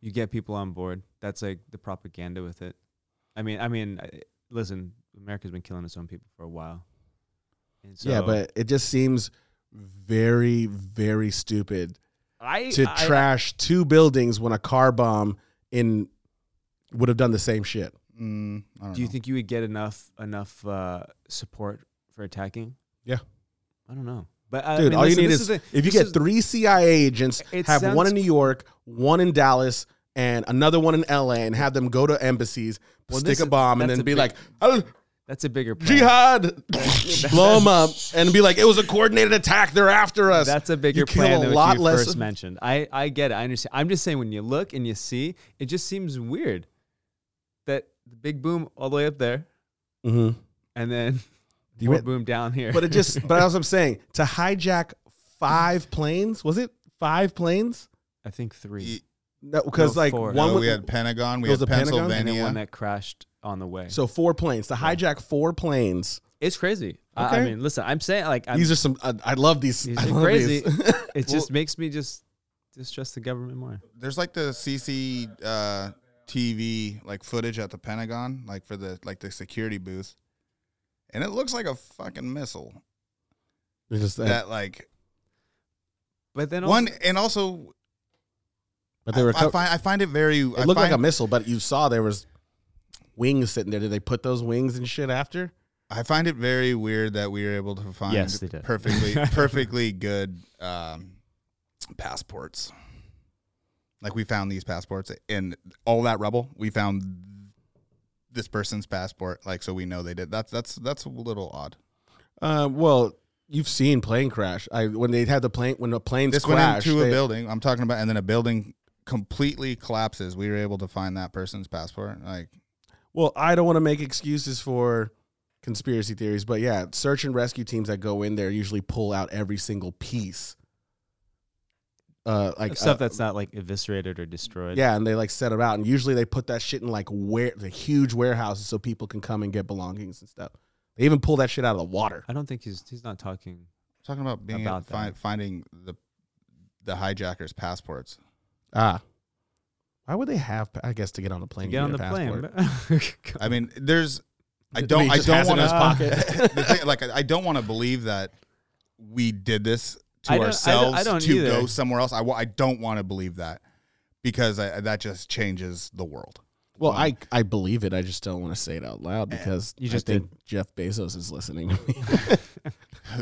[SPEAKER 2] You get people on board. That's like the propaganda with it. I mean, I mean, I- listen, America's been killing its own people for a while. And
[SPEAKER 1] yeah,
[SPEAKER 2] so
[SPEAKER 1] but it just seems very very stupid
[SPEAKER 2] I
[SPEAKER 1] to
[SPEAKER 2] I-
[SPEAKER 1] trash two buildings when a car bomb in would have done the same shit.
[SPEAKER 3] Mm, I don't
[SPEAKER 2] Do you
[SPEAKER 3] know.
[SPEAKER 2] think you would get enough enough uh, support for attacking?
[SPEAKER 1] Yeah.
[SPEAKER 2] I don't know, but uh, I
[SPEAKER 1] Dude,
[SPEAKER 2] mean,
[SPEAKER 1] all
[SPEAKER 2] listen,
[SPEAKER 1] you need
[SPEAKER 2] this
[SPEAKER 1] is,
[SPEAKER 2] the-
[SPEAKER 1] if you
[SPEAKER 2] this
[SPEAKER 1] get
[SPEAKER 2] is-
[SPEAKER 1] three CIA agents,
[SPEAKER 2] It
[SPEAKER 1] have one
[SPEAKER 2] sounds-
[SPEAKER 1] in New York, one in Dallas, and another one in LA, and have them go to embassies,
[SPEAKER 2] Well,
[SPEAKER 1] stick
[SPEAKER 2] this
[SPEAKER 1] a
[SPEAKER 2] is-
[SPEAKER 1] bomb, and
[SPEAKER 2] that's
[SPEAKER 1] then
[SPEAKER 2] a
[SPEAKER 1] be
[SPEAKER 2] big-
[SPEAKER 1] like, "Al
[SPEAKER 2] That's a bigger plan.
[SPEAKER 1] jihad, blow them up, and be like, it was a coordinated attack. They're after us.
[SPEAKER 2] That's a bigger
[SPEAKER 1] you kill
[SPEAKER 2] plan
[SPEAKER 1] a
[SPEAKER 2] than
[SPEAKER 1] lot
[SPEAKER 2] what you
[SPEAKER 1] less-
[SPEAKER 2] first mentioned. I, I get it. I understand. I'm just saying when you look and you see, it just seems weird that the big boom all the way up there
[SPEAKER 1] Mhm.
[SPEAKER 2] and then
[SPEAKER 1] You
[SPEAKER 2] more
[SPEAKER 1] went-
[SPEAKER 2] boom down here.
[SPEAKER 1] But it just, but as I'm saying, to hijack five planes, was it five planes?
[SPEAKER 2] I think three.
[SPEAKER 3] Ye-
[SPEAKER 1] No, because
[SPEAKER 2] No,
[SPEAKER 1] like
[SPEAKER 2] four.
[SPEAKER 1] one
[SPEAKER 3] No,
[SPEAKER 1] would-
[SPEAKER 3] we had Pentagon, we
[SPEAKER 1] It was
[SPEAKER 3] had
[SPEAKER 1] the Pentagon and then
[SPEAKER 2] and then one
[SPEAKER 3] Pennsylvania.
[SPEAKER 2] that crashed on the way.
[SPEAKER 1] so four planes to hijack four planes.
[SPEAKER 2] It's crazy. I, I
[SPEAKER 1] Okay.
[SPEAKER 2] mean, listen, I'm saying like I'm,
[SPEAKER 1] these are some. I, I love these.
[SPEAKER 2] These
[SPEAKER 1] I
[SPEAKER 2] are
[SPEAKER 1] love
[SPEAKER 2] crazy.
[SPEAKER 1] these.
[SPEAKER 2] it just makes me just distrust the government more.
[SPEAKER 3] There's like the CC uh, TV like footage at the Pentagon, like for the like the security booth, and it looks like a fucking missile
[SPEAKER 1] It's just that-
[SPEAKER 3] that like
[SPEAKER 2] But then
[SPEAKER 3] one, and also
[SPEAKER 1] but
[SPEAKER 3] I,
[SPEAKER 1] they were.
[SPEAKER 3] I find I find it very.
[SPEAKER 1] It looked like a missile, but you saw there was wings sitting there. Did they put those wings and shit after?
[SPEAKER 3] I find it very weird that we were able to find
[SPEAKER 2] Yes, they did.
[SPEAKER 3] perfectly perfectly good um, passports. Like we found these passports in all that rubble. We found this person's passport. Like so, we know they did. That's that's that's a little odd.
[SPEAKER 1] Uh, well, you've seen plane crash. I when they had the plane when the planes
[SPEAKER 3] This
[SPEAKER 1] crashed.
[SPEAKER 3] went into
[SPEAKER 1] they-
[SPEAKER 3] a building. I'm talking about, and then a building completely collapses. We were able to find that person's passport. Like
[SPEAKER 1] Well, I don't want to make excuses for conspiracy theories, but yeah, search and rescue teams that go in there usually pull out every single piece. Uh, like
[SPEAKER 2] stuff
[SPEAKER 1] uh,
[SPEAKER 2] that's not like eviscerated or destroyed.
[SPEAKER 1] yeah, and they like set them out, and usually they put that shit in like where the huge warehouses so people can come and get belongings and stuff. They even pull that shit out of the water.
[SPEAKER 2] I don't think he's he's not talking.
[SPEAKER 3] talking about being
[SPEAKER 2] About
[SPEAKER 3] fi-
[SPEAKER 2] that.
[SPEAKER 3] finding the the hijackers' passports.
[SPEAKER 1] Ah. Why would they have, pa- I guess, to get on the plane?
[SPEAKER 2] You
[SPEAKER 1] you
[SPEAKER 2] get on
[SPEAKER 1] need
[SPEAKER 2] the
[SPEAKER 1] a passport.
[SPEAKER 2] plane. but-
[SPEAKER 3] I mean, there's. I
[SPEAKER 1] I mean,
[SPEAKER 3] don't.
[SPEAKER 1] he
[SPEAKER 3] I
[SPEAKER 1] just
[SPEAKER 3] don't
[SPEAKER 1] has it in
[SPEAKER 3] want
[SPEAKER 1] his
[SPEAKER 3] to. the thing, like, I I don't want to believe that we did this to
[SPEAKER 2] I don't- I don't-
[SPEAKER 3] ourselves
[SPEAKER 2] I don't
[SPEAKER 3] to
[SPEAKER 2] either.
[SPEAKER 3] go somewhere else. I, wa- I don't want to believe that because I, that just changes the world.
[SPEAKER 1] Well, I, I believe it. I just don't want to say it out loud because
[SPEAKER 2] You
[SPEAKER 1] you
[SPEAKER 2] just
[SPEAKER 1] just think Jeff Bezos is listening to me.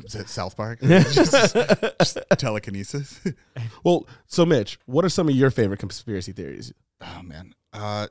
[SPEAKER 3] Is it South Park? Just- just telekinesis.
[SPEAKER 1] Well, so Mitch, what are some of your favorite conspiracy theories?
[SPEAKER 3] oh man. Uh,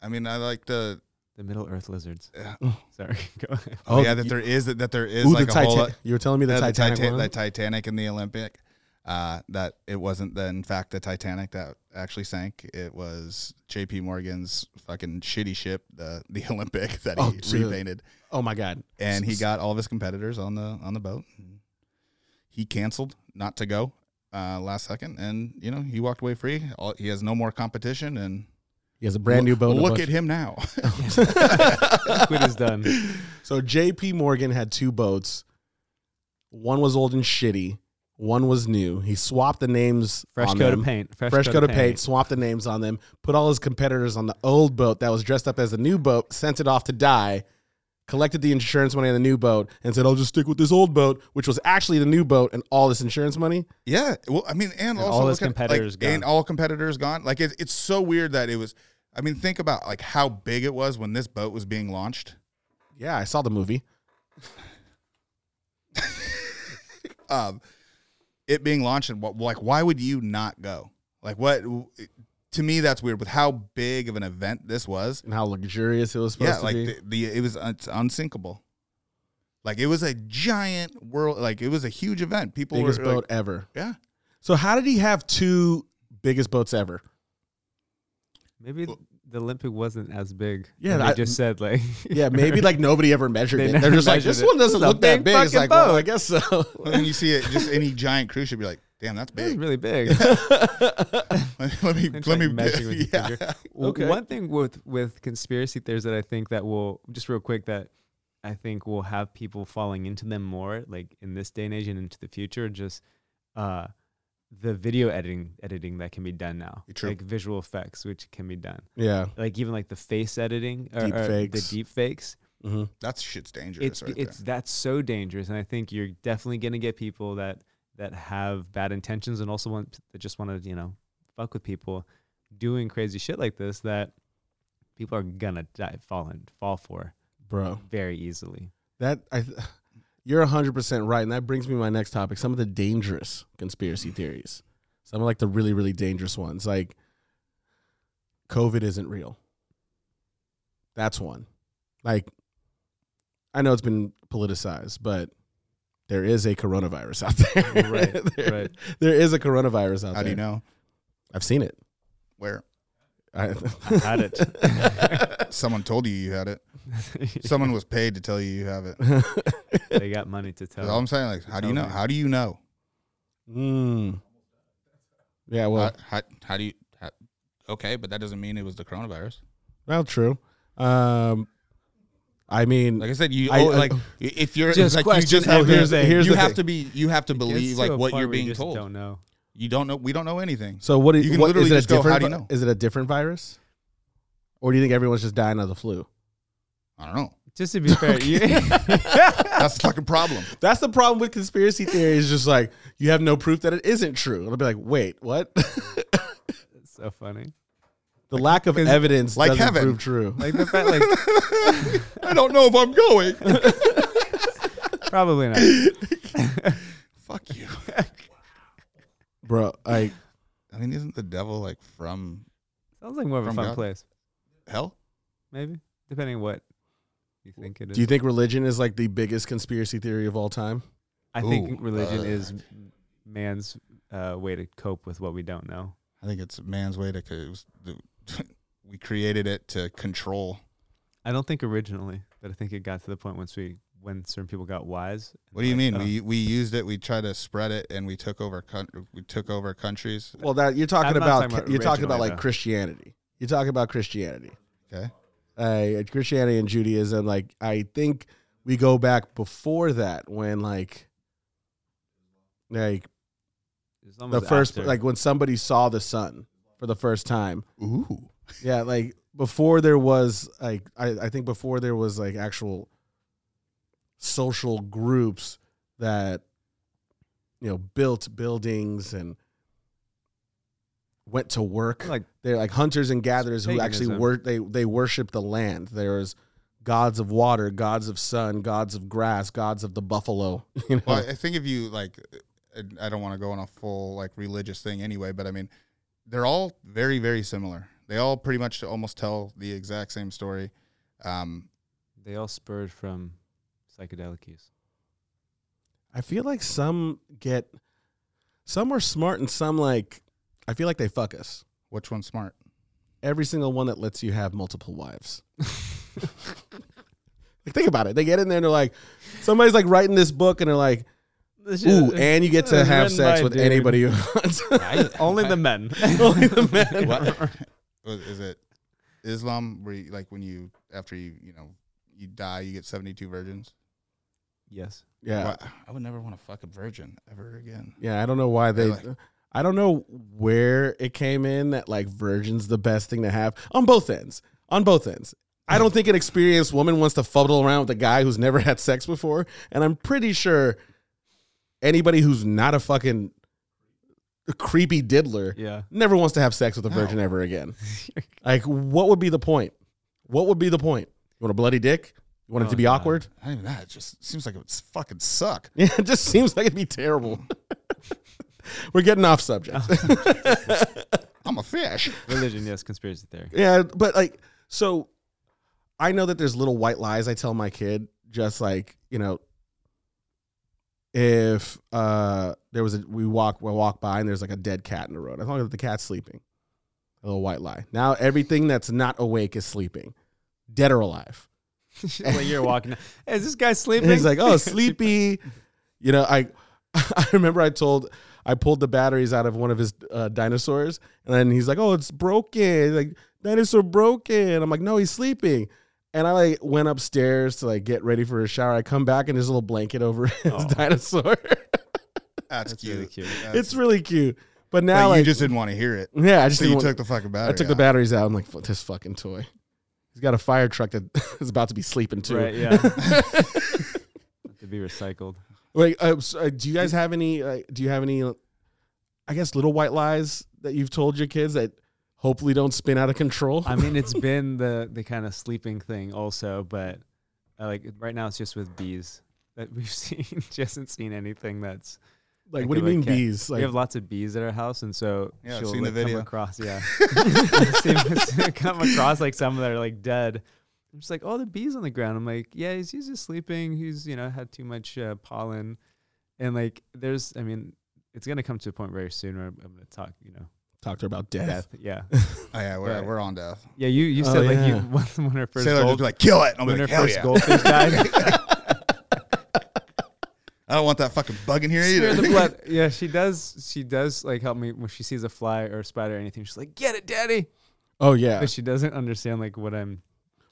[SPEAKER 3] I mean, I like the
[SPEAKER 2] The Middle Earth lizards.
[SPEAKER 3] Yeah.
[SPEAKER 2] Sorry. Go ahead.
[SPEAKER 3] oh, yeah
[SPEAKER 1] you-
[SPEAKER 3] that there is that there is
[SPEAKER 1] ooh,
[SPEAKER 3] like
[SPEAKER 1] the
[SPEAKER 3] a whole
[SPEAKER 1] Titan- You were telling me the
[SPEAKER 3] yeah, the
[SPEAKER 1] Titanic.
[SPEAKER 3] Titan-
[SPEAKER 1] one?
[SPEAKER 3] the Titanic and the Olympic. Uh, that it wasn't the, in fact the Titanic that actually sank. It was J.P. Morgan's fucking shitty ship, the the Olympic that he
[SPEAKER 1] Oh, dude.
[SPEAKER 3] repainted,
[SPEAKER 1] oh my god.
[SPEAKER 3] and he got all of his competitors on the on the boat. He canceled not to go uh, last second, and you know he walked away free. All, he has no more competition, and
[SPEAKER 1] He has a brand new boat. and a
[SPEAKER 3] Look
[SPEAKER 1] bunch-
[SPEAKER 3] at him now.
[SPEAKER 1] Oh.
[SPEAKER 2] Squid is done.
[SPEAKER 1] So J.P. Morgan had two boats. One was old and shitty. One was new. He swapped the names.
[SPEAKER 2] Fresh
[SPEAKER 1] on
[SPEAKER 2] coat
[SPEAKER 1] them.
[SPEAKER 2] of paint. Fresh,
[SPEAKER 1] Fresh coat of paint. Swapped the names on them. Put all his competitors on the old boat that was dressed up as the new boat. Sent it off to die. Collected the insurance money on the new boat and said, "I'll just stick with this old boat," which was actually the new boat and all this insurance money.
[SPEAKER 3] Yeah. Well, I mean, and, also
[SPEAKER 2] all his
[SPEAKER 3] look at,
[SPEAKER 2] competitors
[SPEAKER 3] like,
[SPEAKER 2] gone.
[SPEAKER 3] and all competitors gone. Like it's it's so weird that it was. I mean, think about like how big it was when this boat was being launched.
[SPEAKER 1] Yeah, I saw the movie.
[SPEAKER 3] Um, it being launched and what like why would you not go? Like what? To me, that's weird. With how big of an event this was,
[SPEAKER 1] and how luxurious it was supposed
[SPEAKER 3] yeah,
[SPEAKER 1] to
[SPEAKER 3] like
[SPEAKER 1] be.
[SPEAKER 3] the, the it was uh, it's unsinkable. Like it was a giant world. Like it was a huge event. People
[SPEAKER 1] biggest
[SPEAKER 3] were
[SPEAKER 1] boat
[SPEAKER 3] Like,
[SPEAKER 1] ever.
[SPEAKER 3] yeah.
[SPEAKER 1] So how did he have two biggest boats ever?
[SPEAKER 2] Maybe the Olympic wasn't as big.
[SPEAKER 1] Yeah,
[SPEAKER 2] And they
[SPEAKER 1] I-
[SPEAKER 2] just said like.
[SPEAKER 1] Yeah, maybe like nobody ever measured
[SPEAKER 2] They
[SPEAKER 1] it. They're
[SPEAKER 2] never
[SPEAKER 1] just like
[SPEAKER 2] measured
[SPEAKER 1] this
[SPEAKER 2] it.
[SPEAKER 1] one doesn't
[SPEAKER 2] This is a
[SPEAKER 1] look that
[SPEAKER 2] big
[SPEAKER 1] big. It's
[SPEAKER 2] fucking
[SPEAKER 1] like, well,
[SPEAKER 2] boat.
[SPEAKER 1] I guess so.
[SPEAKER 3] And then you see it, just any giant cruise ship, you're like, damn, that's
[SPEAKER 2] That's
[SPEAKER 3] big.
[SPEAKER 2] really big.
[SPEAKER 3] let me,
[SPEAKER 2] It's
[SPEAKER 3] let
[SPEAKER 2] like
[SPEAKER 3] me,
[SPEAKER 2] meshing with your
[SPEAKER 3] yeah.
[SPEAKER 2] finger. W-
[SPEAKER 1] Okay.
[SPEAKER 2] One thing with with conspiracy theories that I think that will just real quick that I think will have people falling into them more, like in this day and age and into the future, just uh, the video editing editing that can be done now,
[SPEAKER 3] True.
[SPEAKER 2] like visual effects which can be done,
[SPEAKER 1] yeah.
[SPEAKER 2] like even like the face editing or, or the
[SPEAKER 1] Deepfakes.
[SPEAKER 2] deep fakes.
[SPEAKER 1] Mhm.
[SPEAKER 3] That shit's dangerous.
[SPEAKER 2] It's
[SPEAKER 3] right
[SPEAKER 2] it's
[SPEAKER 3] there.
[SPEAKER 2] that's so dangerous, and I think you're definitely gonna get people that that have bad intentions and also want that just want to you know fuck with people doing crazy shit like this that people are gonna die, fall in, fall for
[SPEAKER 1] Bro.
[SPEAKER 2] very easily.
[SPEAKER 1] That I you're 100% right and that brings me to my next topic, some of the dangerous conspiracy theories. Some of like the really really dangerous ones like COVID isn't real. That's one. Like I know it's been politicized, but there is a coronavirus out there.
[SPEAKER 2] Right,
[SPEAKER 1] There-
[SPEAKER 2] right.
[SPEAKER 1] There is a coronavirus out there.
[SPEAKER 3] How do you know?
[SPEAKER 1] I've seen it.
[SPEAKER 3] Where
[SPEAKER 1] I,
[SPEAKER 2] I had it.
[SPEAKER 3] someone told you you had it. Someone was paid to tell you you have it.
[SPEAKER 2] they got money to
[SPEAKER 3] That's all
[SPEAKER 2] tell.
[SPEAKER 3] I'm saying. Like, how do you
[SPEAKER 2] tell
[SPEAKER 3] know?
[SPEAKER 2] me.
[SPEAKER 3] How do you know?
[SPEAKER 1] Mm. Yeah, well,
[SPEAKER 3] how, how, how do you? How, okay, but that doesn't mean it was the coronavirus.
[SPEAKER 1] well, true. Um, I mean,
[SPEAKER 3] Like I said, you
[SPEAKER 1] I-
[SPEAKER 3] oh,
[SPEAKER 1] I-
[SPEAKER 3] like if you're
[SPEAKER 2] uh, Just
[SPEAKER 3] like you just
[SPEAKER 2] question
[SPEAKER 3] have
[SPEAKER 1] here's
[SPEAKER 3] to,
[SPEAKER 1] the- here's
[SPEAKER 3] you
[SPEAKER 1] the
[SPEAKER 3] have
[SPEAKER 1] thing.
[SPEAKER 3] to be you have to
[SPEAKER 2] It gets
[SPEAKER 3] believe
[SPEAKER 2] to
[SPEAKER 3] like
[SPEAKER 2] a
[SPEAKER 3] what
[SPEAKER 2] point
[SPEAKER 3] you're
[SPEAKER 2] where you
[SPEAKER 3] being
[SPEAKER 2] just
[SPEAKER 3] told.
[SPEAKER 2] Don't know.
[SPEAKER 3] You don't know. We don't know anything.
[SPEAKER 1] so what?
[SPEAKER 3] you
[SPEAKER 1] You
[SPEAKER 3] can
[SPEAKER 1] what
[SPEAKER 3] literally
[SPEAKER 1] is it? A
[SPEAKER 3] just go,
[SPEAKER 1] different?
[SPEAKER 3] how do you
[SPEAKER 1] vi-
[SPEAKER 3] know?
[SPEAKER 1] Is it a different virus, or do you think everyone's just dying of the flu?
[SPEAKER 3] I don't know.
[SPEAKER 2] Just to be fair, you,
[SPEAKER 3] That's the fucking problem.
[SPEAKER 1] That's the problem with conspiracy theories. Just like you have no proof that it isn't true. I'll be like, wait, what?
[SPEAKER 2] so funny.
[SPEAKER 1] the lack of
[SPEAKER 2] 'Cause-
[SPEAKER 1] evidence
[SPEAKER 3] Like
[SPEAKER 1] doesn't
[SPEAKER 3] heaven.
[SPEAKER 1] prove true.
[SPEAKER 2] Like the fact, like
[SPEAKER 3] I don't know if I'm going.
[SPEAKER 2] probably not.
[SPEAKER 3] Fuck you.
[SPEAKER 1] bro, like
[SPEAKER 3] I mean, isn't the devil like from
[SPEAKER 2] Sounds like more of a
[SPEAKER 3] From
[SPEAKER 2] fun
[SPEAKER 3] God?
[SPEAKER 2] place,
[SPEAKER 3] hell?
[SPEAKER 2] maybe depending what you think it is.
[SPEAKER 1] do you think religion is like the biggest conspiracy theory of all time?
[SPEAKER 2] I think
[SPEAKER 3] Ooh,
[SPEAKER 2] religion
[SPEAKER 3] uh,
[SPEAKER 2] is m- man's uh, way to cope with what we don't know.
[SPEAKER 3] I think it's man's way to. It was, the- we created it to control.
[SPEAKER 2] I don't think originally, but I think it got to the point once we when certain people got wise. and
[SPEAKER 3] What do you
[SPEAKER 2] like,
[SPEAKER 3] mean?
[SPEAKER 2] oh,
[SPEAKER 3] We we used it. We tried to spread it, and we took over. coun- We took over countries.
[SPEAKER 1] Well, that you're talking
[SPEAKER 2] I'm not
[SPEAKER 1] about,
[SPEAKER 2] talking about
[SPEAKER 1] you're talking about
[SPEAKER 2] originally,
[SPEAKER 1] like
[SPEAKER 2] though.
[SPEAKER 1] Christianity. You're talking about Christianity.
[SPEAKER 3] Okay.
[SPEAKER 1] uh, Christianity and Judaism. Like I think we go back before that when like like
[SPEAKER 2] it's almost
[SPEAKER 1] the first
[SPEAKER 2] after.
[SPEAKER 1] like when somebody saw the sun for the first time.
[SPEAKER 3] Ooh.
[SPEAKER 1] Yeah, like before there was like I, I think before there was like actual social groups that you know built buildings and went to work
[SPEAKER 2] like
[SPEAKER 1] they're like hunters and gatherers who actually
[SPEAKER 2] Paganism.
[SPEAKER 1] wor- they they worship the land. There's gods of water, gods of sun, gods of grass, gods of the buffalo. You know,
[SPEAKER 3] Well, I I think if you like, uh, I- I don't want to go on a full like religious thing anyway, but I mean, they're all very, very similar. They all pretty much almost tell the exact same story. Um,
[SPEAKER 2] They all spurred from psychedelic use.
[SPEAKER 1] I feel like some get some are smart and some like I feel like they fuck us.
[SPEAKER 3] which one's smart?
[SPEAKER 1] Every single one that lets you have multiple wives. like think about it. They get in there and they're like somebody's like writing this book and they're like, ooh, and you get to
[SPEAKER 2] It's
[SPEAKER 1] have
[SPEAKER 2] written
[SPEAKER 1] sex
[SPEAKER 2] by a
[SPEAKER 1] with
[SPEAKER 2] dude.
[SPEAKER 1] anybody you want.
[SPEAKER 2] only the men.
[SPEAKER 1] Only the men.
[SPEAKER 3] What? Is Uh, is it Islam where you, like when you after you you know you die you get seventy two virgins?
[SPEAKER 2] Yes.
[SPEAKER 1] yeah.
[SPEAKER 3] Why- I would never want to fuck a virgin ever again.
[SPEAKER 1] Yeah, I don't know why they.
[SPEAKER 3] like-
[SPEAKER 1] I don't know where it came in that like virgin's the best thing to have on both ends. On both ends. I don't think an experienced woman wants to fuddle around with a guy who's never had sex before. And I'm pretty sure anybody who's not a fucking creepy diddler
[SPEAKER 2] Yeah.
[SPEAKER 1] never wants to have sex with a virgin ever again. like, what would be the point? What would be the point? You want a bloody dick? You want it
[SPEAKER 2] Oh,
[SPEAKER 1] to be
[SPEAKER 2] God.
[SPEAKER 1] awkward?
[SPEAKER 3] Not even that. It just seems like it would s- fucking suck.
[SPEAKER 1] Yeah, it just seems like it'd be terrible. We're getting off subject.
[SPEAKER 3] I'm a fish.
[SPEAKER 2] Religion, yes, conspiracy theory.
[SPEAKER 1] Yeah, but like, so I know that there's little white lies I tell my kid, just like you know, if uh there was a we walk we walk by and there's like a dead cat in the road, as long as the cat's sleeping, a little white lie. Now everything that's not awake is sleeping, dead or alive.
[SPEAKER 2] like you're walking. Is this guy sleeping?
[SPEAKER 1] And he's like, oh, sleepy. You know, I I remember I told I pulled the batteries out of one of his uh, dinosaurs, and then he's like, oh, it's broken. Like dinosaur broken. I'm like, no, he's sleeping. And I like went upstairs to like get ready for a shower. I come back and there's a little blanket over his
[SPEAKER 2] Aw.
[SPEAKER 1] dinosaur.
[SPEAKER 3] That's,
[SPEAKER 2] That's
[SPEAKER 3] cute.
[SPEAKER 2] really cute.
[SPEAKER 3] That's-
[SPEAKER 1] it's really cute. But
[SPEAKER 3] but
[SPEAKER 1] now
[SPEAKER 3] you
[SPEAKER 1] like
[SPEAKER 3] just didn't want to hear it.
[SPEAKER 1] yeah, I just
[SPEAKER 3] So you
[SPEAKER 1] didn't want-
[SPEAKER 3] took the fucking battery.
[SPEAKER 1] I took the
[SPEAKER 3] out.
[SPEAKER 1] batteries out. I'm like, "Fuck this fucking toy. He's got a fire truck that is about to be sleeping too.
[SPEAKER 2] Right, yeah. to be recycled.
[SPEAKER 1] Like, uh, so, uh, do you guys have any? Uh, do you have any? uh, I guess little white lies that you've told your kids that hopefully don't spin out of control.
[SPEAKER 2] I mean, it's been the the kind of sleeping thing also, but uh, like right now it's just with bees that we've seen. she hasn't seen anything that's.
[SPEAKER 1] like,
[SPEAKER 2] like
[SPEAKER 1] what do
[SPEAKER 2] a
[SPEAKER 1] you mean
[SPEAKER 2] cat.
[SPEAKER 1] bees?
[SPEAKER 2] we
[SPEAKER 1] Like,
[SPEAKER 2] have lots of bees at our house, and so
[SPEAKER 3] Yeah, I've
[SPEAKER 2] she'll
[SPEAKER 3] seen the
[SPEAKER 2] like,
[SPEAKER 3] video.
[SPEAKER 2] come across. Yeah, She'll come across like some that are like dead. I'm just like, oh, the bees on the ground. I'm like, yeah, he's, he's just sleeping. He's you know had too much uh, pollen, and like there's, I mean, it's gonna come to a point very soon where I'm, I'm gonna talk, you know,
[SPEAKER 1] talk to her about death.
[SPEAKER 2] death. Yeah,
[SPEAKER 3] Oh, yeah, we're,
[SPEAKER 2] Right.
[SPEAKER 3] we're on death.
[SPEAKER 2] yeah. You you
[SPEAKER 1] Oh,
[SPEAKER 2] said like
[SPEAKER 1] yeah.
[SPEAKER 2] you when, when her first
[SPEAKER 3] Sailor
[SPEAKER 2] gold,
[SPEAKER 3] just be like, kill it. I'll be
[SPEAKER 2] when her
[SPEAKER 3] like, hell
[SPEAKER 2] first
[SPEAKER 3] yeah.
[SPEAKER 2] goldfish died,
[SPEAKER 3] I don't want that fucking bug in here
[SPEAKER 2] smear
[SPEAKER 3] either.
[SPEAKER 2] the blood. Yeah, she does. She does like help me when she sees a fly or a spider or anything. She's like, get it, daddy.
[SPEAKER 1] Oh yeah,
[SPEAKER 2] but she doesn't understand like what I'm.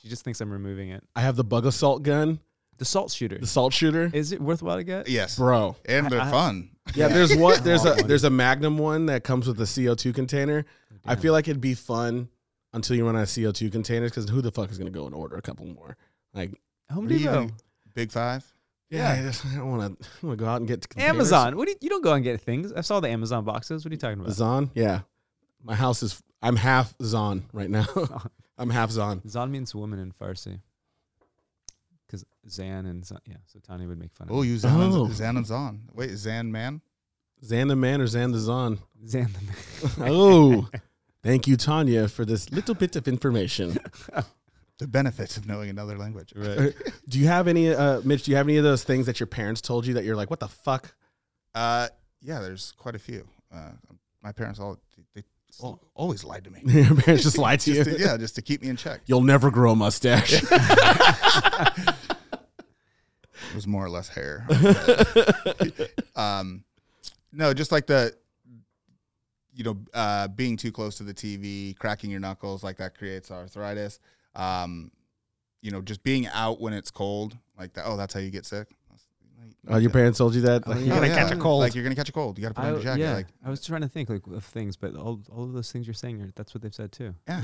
[SPEAKER 2] She just thinks I'm removing it.
[SPEAKER 1] I have the bug assault gun,
[SPEAKER 2] The salt shooter.
[SPEAKER 1] the salt shooter,
[SPEAKER 2] Is it worthwhile to get?
[SPEAKER 3] Yes,
[SPEAKER 1] bro.
[SPEAKER 3] and they're fun.
[SPEAKER 1] Yeah, there's one. There's a
[SPEAKER 2] want one.
[SPEAKER 1] there's a Magnum one that comes with a CO2 container.
[SPEAKER 2] Oh,
[SPEAKER 1] I feel like it'd be fun until you run out of CO2 containers because who the fuck is gonna go and order a couple more? Like,
[SPEAKER 2] Home
[SPEAKER 3] What are you
[SPEAKER 2] Depot,
[SPEAKER 3] gonna- Big five.
[SPEAKER 1] yeah, I, just, I don't want to. I want to go out and get containers.
[SPEAKER 2] Amazon. What do you, you don't go and get things? I saw the Amazon boxes. What are you talking about?
[SPEAKER 1] Zon? Yeah. My house is I'm half Zon right now. I'm half Zon.
[SPEAKER 2] Zan means woman in Farsi. Because Zan and Zan, yeah, so Tani would make fun of
[SPEAKER 3] Oh,
[SPEAKER 2] me.
[SPEAKER 3] you Xanon's,
[SPEAKER 1] Oh.
[SPEAKER 3] Xanon's on. Wait, Xan man?
[SPEAKER 1] Zan the man or Zan the Zon?
[SPEAKER 2] Zan the man.
[SPEAKER 1] Oh. Thank you, Tanya, for this little bit of information.
[SPEAKER 3] The benefits of knowing another language.
[SPEAKER 2] Right.
[SPEAKER 1] Do you have any uh Mitch, do you have any of those things that your parents told you that you're like, what the fuck?
[SPEAKER 3] Uh, yeah, there's quite a few. Uh, my parents all they all, always lied to me.
[SPEAKER 1] your parents just lied to you.
[SPEAKER 3] Just to- yeah, just to keep me in check.
[SPEAKER 1] You'll never grow a mustache.
[SPEAKER 3] It was more or less hair. um, no, just like the, you know, uh, being too close to the TV, cracking your knuckles, like that creates arthritis. Um, you know, just being out when it's cold, like that. Oh, that's how you get sick.
[SPEAKER 1] oh, your parents told you that?
[SPEAKER 2] Oh,
[SPEAKER 1] Like,
[SPEAKER 2] yeah.
[SPEAKER 1] you're gonna
[SPEAKER 2] Oh,
[SPEAKER 1] catch a cold.
[SPEAKER 3] Like you're gonna catch a cold. You gotta put
[SPEAKER 2] I,
[SPEAKER 3] on your jacket.
[SPEAKER 2] yeah,
[SPEAKER 3] Like,
[SPEAKER 2] I was trying to think like of things, but all, all of those things you're saying, are, that's what they've said too.
[SPEAKER 3] yeah.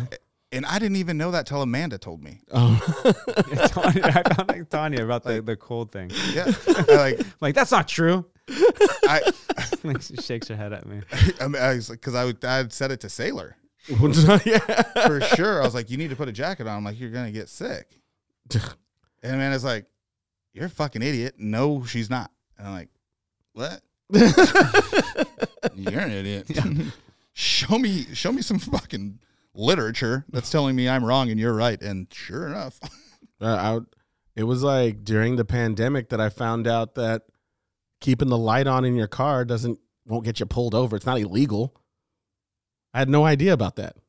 [SPEAKER 3] And I didn't even know that till Amanda told me.
[SPEAKER 1] oh.
[SPEAKER 2] Yeah, Tanya, I found like Tanya about the, the cold thing.
[SPEAKER 3] Yeah, I, like
[SPEAKER 2] like that's not true.
[SPEAKER 3] I,
[SPEAKER 2] like she shakes her head at me.
[SPEAKER 3] I, mean, I was like, because I would, I had said it to Sailor
[SPEAKER 1] yeah.
[SPEAKER 3] for sure. I was like, you need to put a jacket on. I'm like, you're gonna get sick. And Amanda's like, You're a fucking idiot. No, she's not. And I'm like, What? You're an idiot. show me show me some fucking literature that's telling me I'm wrong and you're right. And sure enough.
[SPEAKER 1] Uh, I, would- it was like during the pandemic that I found out that keeping the light on in your car doesn't won't get you pulled over. It's not illegal. I had no idea about that.
[SPEAKER 3] uh,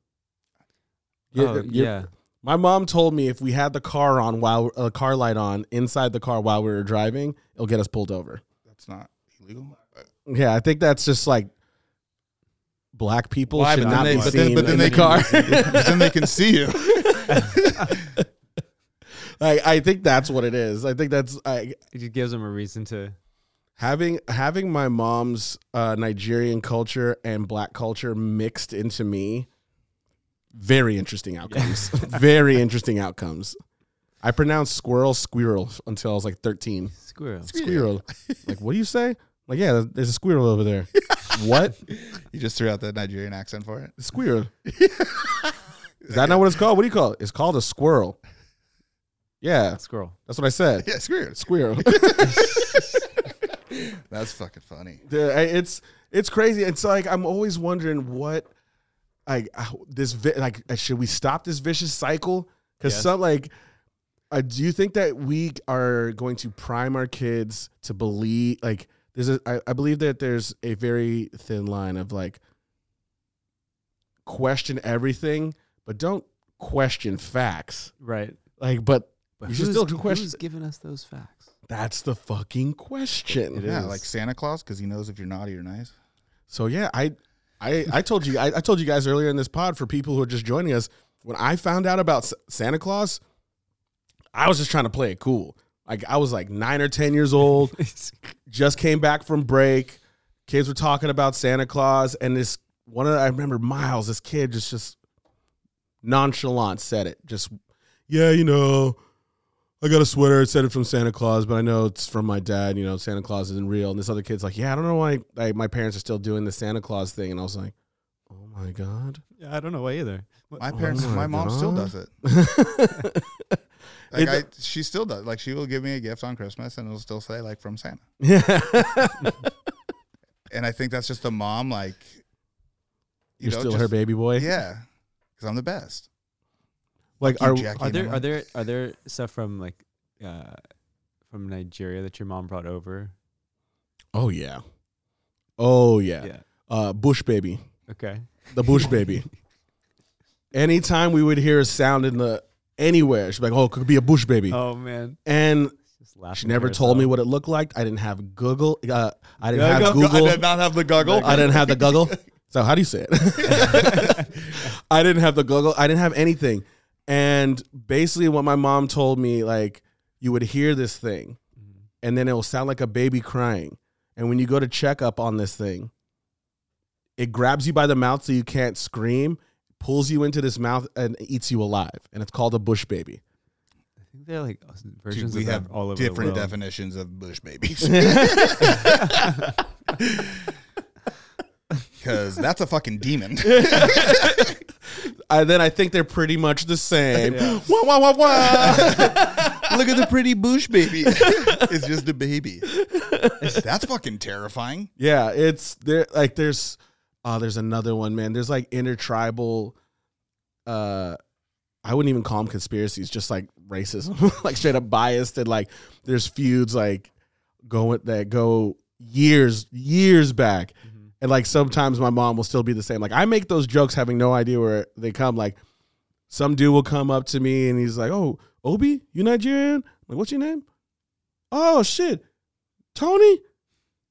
[SPEAKER 1] You-
[SPEAKER 2] Oh,
[SPEAKER 1] you-
[SPEAKER 2] yeah.
[SPEAKER 1] My mom told me if we had the car on while a car light on inside the car while we were driving, it'll get us pulled over.
[SPEAKER 3] That's not illegal.
[SPEAKER 1] Yeah, I think that's just like black people
[SPEAKER 3] Why,
[SPEAKER 1] should
[SPEAKER 3] but then
[SPEAKER 1] not
[SPEAKER 3] they-
[SPEAKER 1] be
[SPEAKER 3] but
[SPEAKER 1] seen
[SPEAKER 3] then- but then
[SPEAKER 1] in
[SPEAKER 3] they
[SPEAKER 1] the car.
[SPEAKER 3] But then they can see you.
[SPEAKER 1] like, I think that's what it is. I think that's I,
[SPEAKER 2] It just gives them a reason to.
[SPEAKER 1] having having my mom's uh, Nigerian culture and black culture mixed into me. Very interesting outcomes. very interesting outcomes. I pronounced squirrel squirrel until I was like thirteen.
[SPEAKER 2] Squirrel.
[SPEAKER 1] Squirrel. like, what do you say? Like, yeah, there's- there's a squirrel over there. what?
[SPEAKER 3] You just threw out that Nigerian accent for it.
[SPEAKER 1] Squirrel. Is that not what it's called? What do you call it? It's called a squirrel. Yeah,
[SPEAKER 2] Squirrel.
[SPEAKER 1] that's what I said.
[SPEAKER 3] Yeah, screw it.
[SPEAKER 1] Squirrel.
[SPEAKER 3] That's fucking funny.
[SPEAKER 1] Dude, I- it's it's crazy. It's like I'm always wondering what like how- this vi- like uh, should we stop this vicious cycle? Because
[SPEAKER 2] Yes.
[SPEAKER 1] some like, uh, do you think that we are going to prime our kids to believe like there's a I, I believe that there's a very thin line of like question everything, but don't question facts.
[SPEAKER 2] Right.
[SPEAKER 1] Like, but
[SPEAKER 2] But
[SPEAKER 1] You should
[SPEAKER 2] who's-
[SPEAKER 1] still do question-
[SPEAKER 2] Who's giving us those facts?
[SPEAKER 1] that's the fucking question.
[SPEAKER 2] It
[SPEAKER 3] yeah,
[SPEAKER 2] is.
[SPEAKER 3] like Santa Claus because he knows if you're naughty or nice.
[SPEAKER 1] So yeah, I I I told you I, I told you guys earlier in this pod for people who are just joining us when I found out about S- Santa Claus, I was just trying to play it cool. Like I was like 9 or 10 years old, just came back from break. Kids were talking about Santa Claus and this one of the, I remember Miles, this kid just just nonchalant said it. Just yeah, you know, I got a sweater. It said it from Santa Claus, but I know it's from my dad. You know, Santa Claus isn't real. And this other kid's like, yeah, I don't know why I, my parents are still doing the Santa Claus thing. And I was like, oh my god.
[SPEAKER 2] Yeah, I don't know why either. What-
[SPEAKER 3] My
[SPEAKER 1] Oh
[SPEAKER 3] parents,
[SPEAKER 1] my
[SPEAKER 3] my, mom still
[SPEAKER 1] God.
[SPEAKER 3] does it. Like
[SPEAKER 1] It-
[SPEAKER 3] I, she still does. Like she will give me a gift on Christmas and it'll still say like from Santa.
[SPEAKER 1] yeah.
[SPEAKER 3] And I think that's just the mom like.
[SPEAKER 1] You're
[SPEAKER 3] know,
[SPEAKER 1] still
[SPEAKER 3] just-
[SPEAKER 1] her baby boy.
[SPEAKER 3] Yeah, because I'm the best.
[SPEAKER 1] Like,
[SPEAKER 3] You
[SPEAKER 1] are,
[SPEAKER 3] Jackie
[SPEAKER 2] Are
[SPEAKER 3] in the
[SPEAKER 2] there are
[SPEAKER 3] morning.
[SPEAKER 2] there are there stuff from like uh from Nigeria that your mom brought over?
[SPEAKER 1] oh yeah, oh yeah.
[SPEAKER 2] Yeah.
[SPEAKER 1] Uh, Bush baby,
[SPEAKER 2] Okay.
[SPEAKER 1] the Bush baby. Anytime we would hear a sound in the anywhere, she'd be like, oh, it could be a Bush baby.
[SPEAKER 2] Oh man.
[SPEAKER 1] And
[SPEAKER 2] Just laughing.
[SPEAKER 1] She
[SPEAKER 2] to
[SPEAKER 1] never told me
[SPEAKER 2] herself.
[SPEAKER 1] what it looked like. I didn't have Google. Uh, I didn't have
[SPEAKER 3] Guggle. I did
[SPEAKER 1] Google.
[SPEAKER 3] not have the goggle.
[SPEAKER 1] I didn't have the Google. So how do you say it? I didn't have the Google. I didn't have anything. And basically, what my mom told me, like you would hear this thing, and then it will sound like a baby crying. And when you go to check up on this thing, it grabs you by the mouth so you can't scream, pulls you into this mouth, and eats you alive. And it's called a bush baby.
[SPEAKER 2] I think they're like versions
[SPEAKER 3] Dude, we
[SPEAKER 2] of
[SPEAKER 3] have
[SPEAKER 2] that all over the
[SPEAKER 3] different
[SPEAKER 2] world.
[SPEAKER 3] definitions of bush babies. Because that's a fucking demon.
[SPEAKER 1] I, then I think they're pretty much the same.
[SPEAKER 2] Yeah.
[SPEAKER 1] Wah, wah, wah, wah.
[SPEAKER 3] Look at the pretty bush baby. it's just a baby. That's fucking terrifying.
[SPEAKER 1] yeah, it's there. Like there's, oh, there's another one, man. There's like intertribal. Uh, I wouldn't even call them conspiracies, just like racism, like straight up biased, and like there's feuds like going that go years, years back,
[SPEAKER 2] Mm-hmm.
[SPEAKER 1] and like sometimes my mom will still be the same. Like I make those jokes having no idea where they come. Like some dude will come up to me and he's like, "Oh, Obi, you Nigerian? I'm like, what's your name? Oh shit, Tony,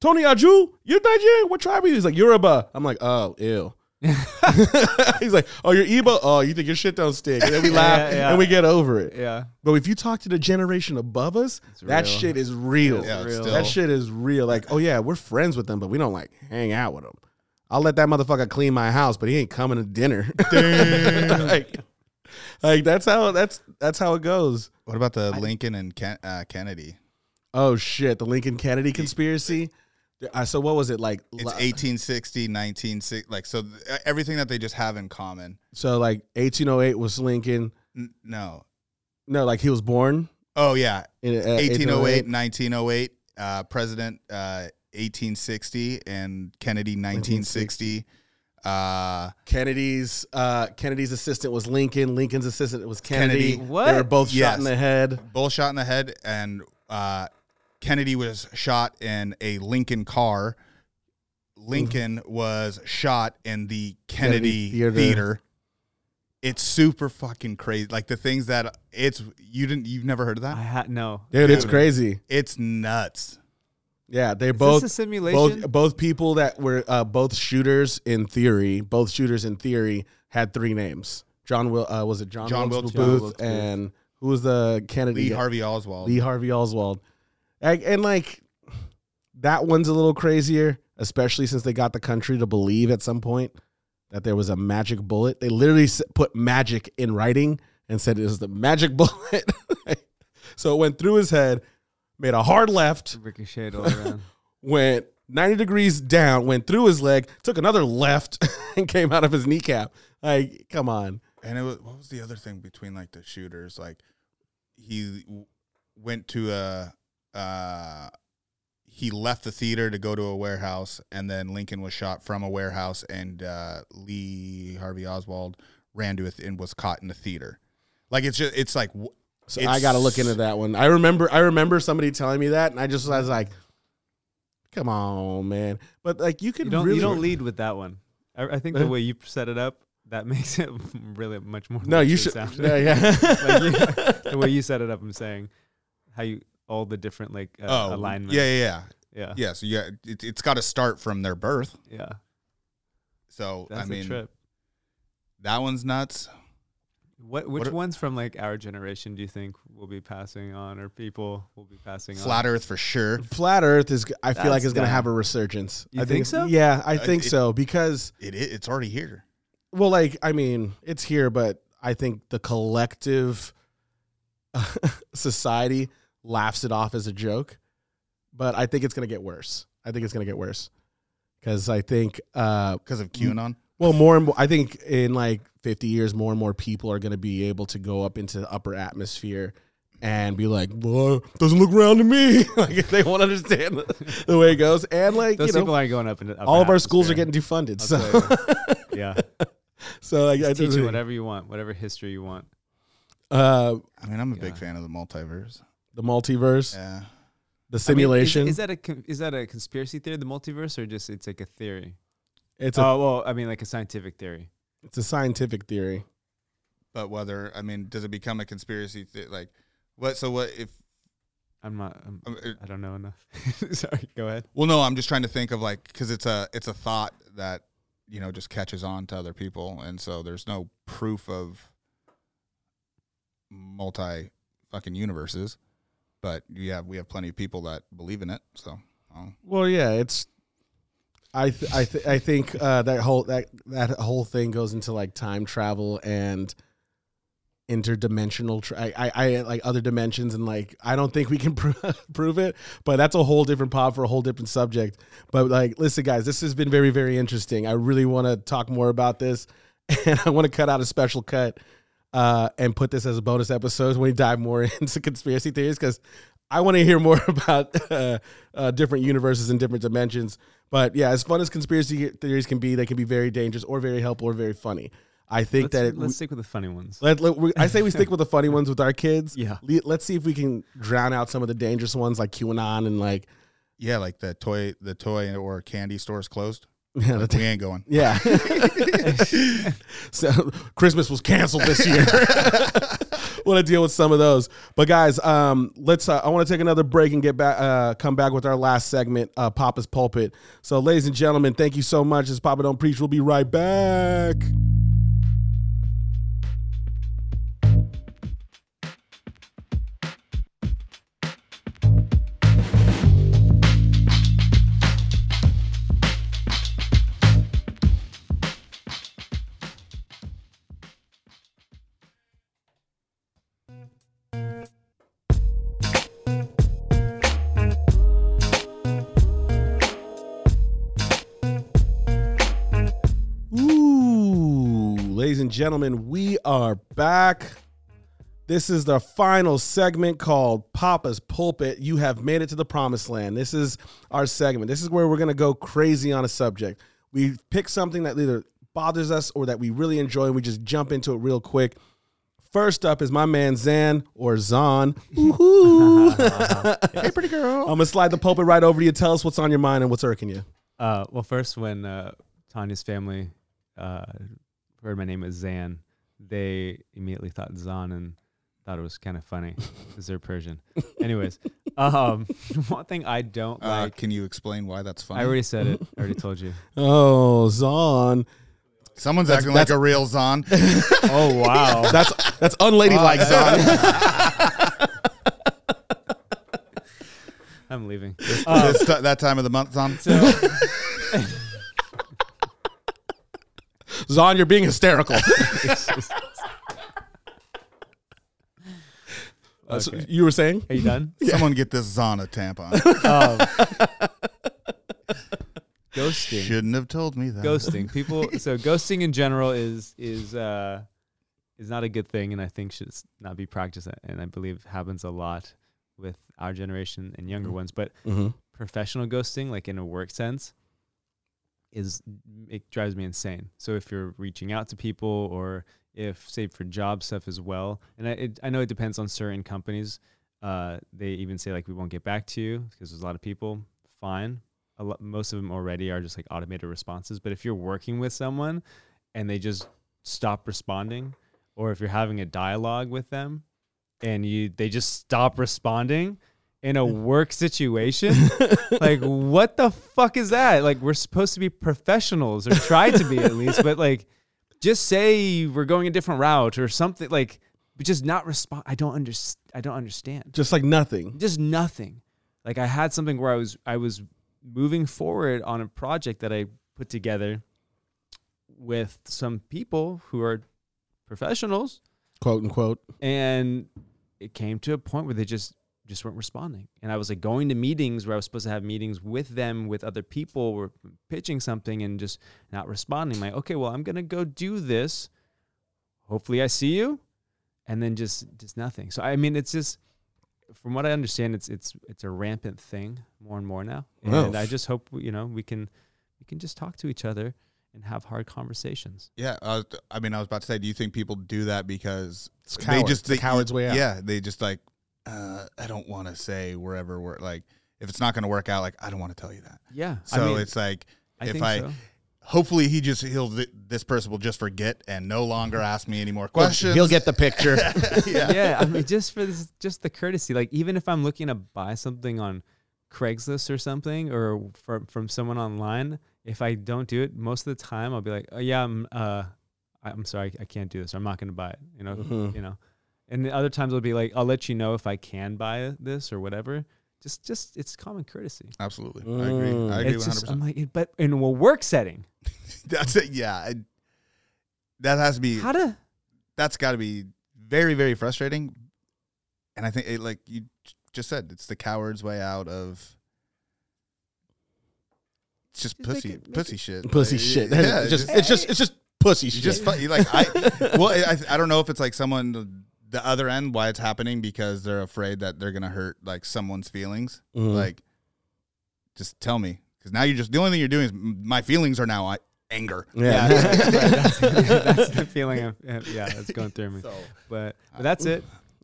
[SPEAKER 1] Tony Aju, you Nigerian? What tribe are you?" He's like Yoruba. I'm like, oh, ew. he's like, oh, you're Igbo. Oh, you think your shit don't stick? And then we
[SPEAKER 2] Yeah,
[SPEAKER 1] laugh
[SPEAKER 2] yeah, yeah.
[SPEAKER 1] and we get over it.
[SPEAKER 2] Yeah.
[SPEAKER 1] But if you talk to the generation above us,
[SPEAKER 2] It's
[SPEAKER 1] that
[SPEAKER 2] real.
[SPEAKER 1] shit is real.
[SPEAKER 3] Yeah, it's
[SPEAKER 2] Real.
[SPEAKER 3] still.
[SPEAKER 1] That shit is real. Like, oh yeah, we're friends with them, but we don't like hang out with them. I'll let that motherfucker clean my house, but he ain't coming to dinner. like, like that's how that's that's how it goes.
[SPEAKER 3] What about the Lincoln and Ken, uh, Kennedy?
[SPEAKER 1] Oh shit, the Lincoln Kennedy conspiracy. Uh, So what was it like?
[SPEAKER 3] It's
[SPEAKER 1] li-
[SPEAKER 3] 1860, 1960. Like, so th- e,
[SPEAKER 1] oh
[SPEAKER 3] everything that they just have in common.
[SPEAKER 1] So like 1808 was Lincoln.
[SPEAKER 3] N- no.
[SPEAKER 1] No, like he was born
[SPEAKER 3] Oh yeah,
[SPEAKER 1] in uh,
[SPEAKER 3] 1808, 1908, uh, president uh, 1860, and Kennedy 1960. Uh,
[SPEAKER 1] Kennedy's uh, Kennedy's assistant was Lincoln. Lincoln's assistant was Kennedy.
[SPEAKER 3] Kennedy.
[SPEAKER 2] What?
[SPEAKER 1] They were both shot
[SPEAKER 3] Yes.
[SPEAKER 1] in the head.
[SPEAKER 3] bull shot in the head, and uh, Kennedy was shot in a Lincoln car. Lincoln was shot in the
[SPEAKER 1] Kennedy
[SPEAKER 3] Kennedy,
[SPEAKER 1] Theater.
[SPEAKER 3] theater. It's super fucking crazy. Like the things that it's you didn't you've never heard of that?
[SPEAKER 2] I had no.
[SPEAKER 1] Dude, it's
[SPEAKER 3] Dude.
[SPEAKER 1] crazy.
[SPEAKER 3] It's nuts.
[SPEAKER 1] Yeah, they
[SPEAKER 2] Is
[SPEAKER 1] both
[SPEAKER 2] this a simulation?
[SPEAKER 1] both both people that were uh, both shooters in theory, both shooters in theory had three names. John Will uh, was it John,
[SPEAKER 3] John
[SPEAKER 1] Wilkes
[SPEAKER 3] Wilkes
[SPEAKER 1] Booth
[SPEAKER 3] Booth.
[SPEAKER 1] and who was the Kennedy?
[SPEAKER 3] Lee
[SPEAKER 1] guy?
[SPEAKER 3] Harvey Oswald.
[SPEAKER 1] Lee Harvey Oswald. And, and, like that one's a little crazier, especially since they got the country to believe at some point that there was a magic bullet. They literally s- put magic in writing and said it was the magic bullet. so it went through his head, made a hard left,
[SPEAKER 2] ricocheted all around.
[SPEAKER 1] went 90 degrees down, went through his leg, took another left, and came out of his kneecap. Like, come on.
[SPEAKER 3] And it was what was the other thing between like the shooters? Like he w- went to a uh, he left the theater to go to a warehouse, and then Lincoln was shot from a warehouse, and uh, Lee Harvey Oswald ran to it and was caught in the theater. Like it's just it's like w-
[SPEAKER 1] So I
[SPEAKER 3] It's-
[SPEAKER 1] gotta look into that one. I remember I remember somebody telling me that, and I just was like, "Come on, man!" But like, you could
[SPEAKER 2] you don't
[SPEAKER 1] really
[SPEAKER 2] you don't lead with that one. I, I think the way you set it up that makes it really much more.
[SPEAKER 1] No, you
[SPEAKER 2] legit
[SPEAKER 1] should.
[SPEAKER 2] sound.
[SPEAKER 1] Yeah, yeah.
[SPEAKER 2] Like, you- the way you set it up, I'm saying how you all the different like uh,
[SPEAKER 3] oh
[SPEAKER 2] alignment. Uh.
[SPEAKER 3] yeah yeah yeah
[SPEAKER 2] yeah, yeah.
[SPEAKER 3] yeah. So yeah, it, it's got to start from their birth. So
[SPEAKER 2] That's
[SPEAKER 3] I mean
[SPEAKER 2] a trip.
[SPEAKER 3] that one's nuts.
[SPEAKER 2] What which
[SPEAKER 3] what are-
[SPEAKER 2] ones from like our generation do you think will be passing on, or people will be passing on?
[SPEAKER 3] Flat Earth for sure.
[SPEAKER 1] Flat Earth is. I feel like
[SPEAKER 2] That's
[SPEAKER 1] it's gonna
[SPEAKER 2] dumb.
[SPEAKER 1] have a resurgence.
[SPEAKER 2] You
[SPEAKER 1] I
[SPEAKER 2] think
[SPEAKER 1] it's-
[SPEAKER 2] so?
[SPEAKER 1] Yeah, I
[SPEAKER 3] I-
[SPEAKER 1] think
[SPEAKER 3] it-
[SPEAKER 1] so because
[SPEAKER 3] It, it it's already here.
[SPEAKER 1] well, like I mean, it's here, but I think the collective society laughs it off as a joke. But I think it's gonna get worse. I think it's gonna get worse because I think uh,
[SPEAKER 3] Because of
[SPEAKER 2] Mm-hmm.
[SPEAKER 3] QAnon,
[SPEAKER 1] Well, more and more, I think in like 50 years, more and more people are going to be able to go up into the upper atmosphere and be like, well, doesn't look round to me. like, if they won't understand the, the way it goes. And like,
[SPEAKER 2] Those
[SPEAKER 1] you
[SPEAKER 2] people
[SPEAKER 1] know,
[SPEAKER 2] aren't going up into
[SPEAKER 1] all of our schools are getting defunded.
[SPEAKER 2] I'll
[SPEAKER 1] so,
[SPEAKER 2] yeah.
[SPEAKER 1] so like, I
[SPEAKER 2] Just teach
[SPEAKER 1] just,
[SPEAKER 2] you whatever you want, whatever history you want.
[SPEAKER 1] uh,
[SPEAKER 3] I mean, I'm a big
[SPEAKER 2] Yeah.
[SPEAKER 3] fan of the multiverse.
[SPEAKER 1] the multiverse,
[SPEAKER 3] Yeah.
[SPEAKER 1] the
[SPEAKER 2] I mean, is-
[SPEAKER 1] simulation.
[SPEAKER 2] is, that a con- is that a conspiracy theory, the multiverse, or just it's like a theory?
[SPEAKER 1] it's,
[SPEAKER 2] Oh
[SPEAKER 1] a,
[SPEAKER 2] well, I mean like a scientific theory.
[SPEAKER 1] it's a scientific theory.
[SPEAKER 3] But whether I mean, does it become a conspiracy? Th- like, what? So what if?
[SPEAKER 2] I'm not. I'm,
[SPEAKER 3] um, uh,
[SPEAKER 2] I don't know enough. Sorry. Go ahead.
[SPEAKER 3] Well, no, I'm just trying to think of like because it's a it's a thought that you know just catches on to other people, and so there's no proof of multi fucking universes. But yeah, we have plenty of people that believe in it. So oh.
[SPEAKER 1] Well, yeah, it's. I th- I th- I think uh, that whole that that whole thing goes into like time travel and interdimensional. Tra- I, I I like other dimensions and like I don't think we can pro- prove it, but that's a whole different pod for a whole different subject. But like, listen, guys, this has been very very interesting. I really want to talk more about this, and I want to cut out a special cut uh, and put this as a bonus episode when we dive more into conspiracy theories because I want to hear more about uh, uh, different universes and different dimensions. But yeah, as fun as conspiracy theories can be, they can be very dangerous or very helpful or very funny. I think
[SPEAKER 2] Let's,
[SPEAKER 1] that it,
[SPEAKER 2] let's stick with the funny ones.
[SPEAKER 1] let, let- we- I say we stick with the funny ones with our kids.
[SPEAKER 2] Yeah.
[SPEAKER 1] Le- let's see if we can drown out some of the dangerous ones like QAnon and like
[SPEAKER 3] yeah, like the toy the toy or candy stores closed.
[SPEAKER 1] yeah. the-
[SPEAKER 3] We ain't going.
[SPEAKER 1] yeah. so Christmas was canceled this year. Want to deal with some of those, but guys, um, let's. Uh, I want to take another break and get back, uh, come back with our last segment, uh, Papa's pulpit. So, ladies and gentlemen, thank you so much. As Papa don't preach, we'll be right back. Ooh, ladies and gentlemen, we are back. This is the final segment called Papa's Pulpit. You have made it to the promised land. This is our segment. This is where we're going to go crazy on a subject. We pick something that either bothers us or that we really enjoy, and we just jump into it real quick. First up is my man Zan or Zon. Woohoo.
[SPEAKER 3] Hey, pretty girl.
[SPEAKER 1] I'm gonna slide the pulpit right over to you. Tell us what's on your mind and what's irking you.
[SPEAKER 2] Uh, well, first, when uh, Tanya's family uh, heard my name was Zan, they immediately thought Zan and thought it was kind of funny because they're Persian. Anyways, um, one thing I don't
[SPEAKER 3] Uh,
[SPEAKER 2] like.
[SPEAKER 3] can you explain why that's funny?
[SPEAKER 2] I already said it. I already told you.
[SPEAKER 1] Oh, Zon.
[SPEAKER 3] Someone's
[SPEAKER 1] That's-
[SPEAKER 3] acting
[SPEAKER 1] that's-
[SPEAKER 3] like a real Zon.
[SPEAKER 2] Oh wow!
[SPEAKER 1] That's that's unladylike, Zon.
[SPEAKER 2] I'm leaving.
[SPEAKER 3] This ti- that time of the month, Zon.
[SPEAKER 2] So
[SPEAKER 1] Zon, you're being hysterical.
[SPEAKER 2] it's just-
[SPEAKER 1] That's what
[SPEAKER 2] Okay.
[SPEAKER 1] uh, you were saying?
[SPEAKER 2] Are you done?
[SPEAKER 3] Someone get this Zon a tampon.
[SPEAKER 2] Um, ghosting.
[SPEAKER 3] Shouldn't have told me that.
[SPEAKER 2] ghosting people so ghosting in general is is uh is not a good thing and i think should s- not be practiced and i believe happens a lot with our generation and younger ones but
[SPEAKER 1] Mm-hmm.
[SPEAKER 2] professional ghosting like in a work sense is it drives me insane so if you're reaching out to people or if say for job stuff as well and i, it, I know it depends on certain companies uh, they even say like we won't get back to you because there's a lot of people fine a lot, most of them already are just like automated responses but if you're working with someone and they just stop responding or if you're having a dialogue with them and you they just stop responding in a work situation
[SPEAKER 1] Mm-hmm.
[SPEAKER 2] like what the fuck is that like we're supposed to be professionals or try to be at least but like just say we're going a different route or something like but just not respond i don't understand i don't understand
[SPEAKER 1] Just like nothing.
[SPEAKER 2] just nothing like i had something where i was i was moving forward on a project that i put together with some people who are professionals
[SPEAKER 1] Quote unquote.
[SPEAKER 2] and it came to a point where they just just weren't responding and i was like going to meetings where i was supposed to have meetings with them with other people we're pitching something and just not responding like okay well i'm gonna go do this hopefully i see you and then just just nothing so i mean it's just from what i understand it's it's it's a rampant thing more and more now and
[SPEAKER 1] Wow.
[SPEAKER 2] i just hope you know we can we can just talk to each other and have hard conversations
[SPEAKER 3] Yeah, I, was, I mean, I was about to say, do you think people do that because
[SPEAKER 1] It's coward.
[SPEAKER 3] they just
[SPEAKER 1] It's a
[SPEAKER 3] they,
[SPEAKER 1] coward's way out.
[SPEAKER 3] Yeah, they just like, uh, I don't want to say wherever we're like, if it's not going to work out, like I don't want to tell you that.
[SPEAKER 2] yeah
[SPEAKER 3] So
[SPEAKER 2] I mean,
[SPEAKER 3] it's like,
[SPEAKER 2] I
[SPEAKER 3] if
[SPEAKER 2] think
[SPEAKER 3] I,
[SPEAKER 2] so.
[SPEAKER 3] hopefully he just he'll th- this person will just forget and no longer ask me any more
[SPEAKER 1] He'll-
[SPEAKER 3] questions.
[SPEAKER 1] He'll get the picture.
[SPEAKER 3] yeah.
[SPEAKER 2] yeah, I mean, just for this, just the courtesy. Like, even if I'm looking to buy something on Craigslist or something, or from from someone online, if I don't do it, most of the time I'll be like, "Oh yeah, I'm uh, I- I'm sorry, I can't do this. I'm not going to buy it." You know,
[SPEAKER 3] Mm-hmm.
[SPEAKER 1] Mhm.
[SPEAKER 2] you know. And the other times I'll be like, "I'll let you know if I can buy this or whatever." Just, just it's common courtesy.
[SPEAKER 3] Absolutely, I agree. I
[SPEAKER 1] Mm.
[SPEAKER 3] agree
[SPEAKER 2] It's
[SPEAKER 3] one
[SPEAKER 2] just,
[SPEAKER 3] hundred
[SPEAKER 2] I'm
[SPEAKER 3] percent.
[SPEAKER 2] like, but in a work setting,
[SPEAKER 3] That's it. Yeah, I, that has to be.
[SPEAKER 2] how to
[SPEAKER 3] that's got to be very very frustrating and i think it, like you j- just said it's the coward's way out of it's just
[SPEAKER 2] Just make
[SPEAKER 3] pussy
[SPEAKER 2] it- make
[SPEAKER 3] pussy shit
[SPEAKER 1] pussy
[SPEAKER 3] Like,
[SPEAKER 1] shit.
[SPEAKER 3] yeah,
[SPEAKER 1] It's
[SPEAKER 3] it's
[SPEAKER 1] just,
[SPEAKER 3] just,
[SPEAKER 1] it's just it's just pussy
[SPEAKER 3] you
[SPEAKER 1] shit.
[SPEAKER 3] just fu- you like i well I, I don't know if it's like someone the other end why it's happening because they're afraid that they're gonna hurt like someone's feelings
[SPEAKER 1] Mhm.
[SPEAKER 3] like just tell me because now you're just the only thing you're doing is m- my feelings are now uh, anger
[SPEAKER 1] yeah.
[SPEAKER 2] that's, that's the feeling of yeah, that's going through me.
[SPEAKER 3] so
[SPEAKER 2] But, but that's it.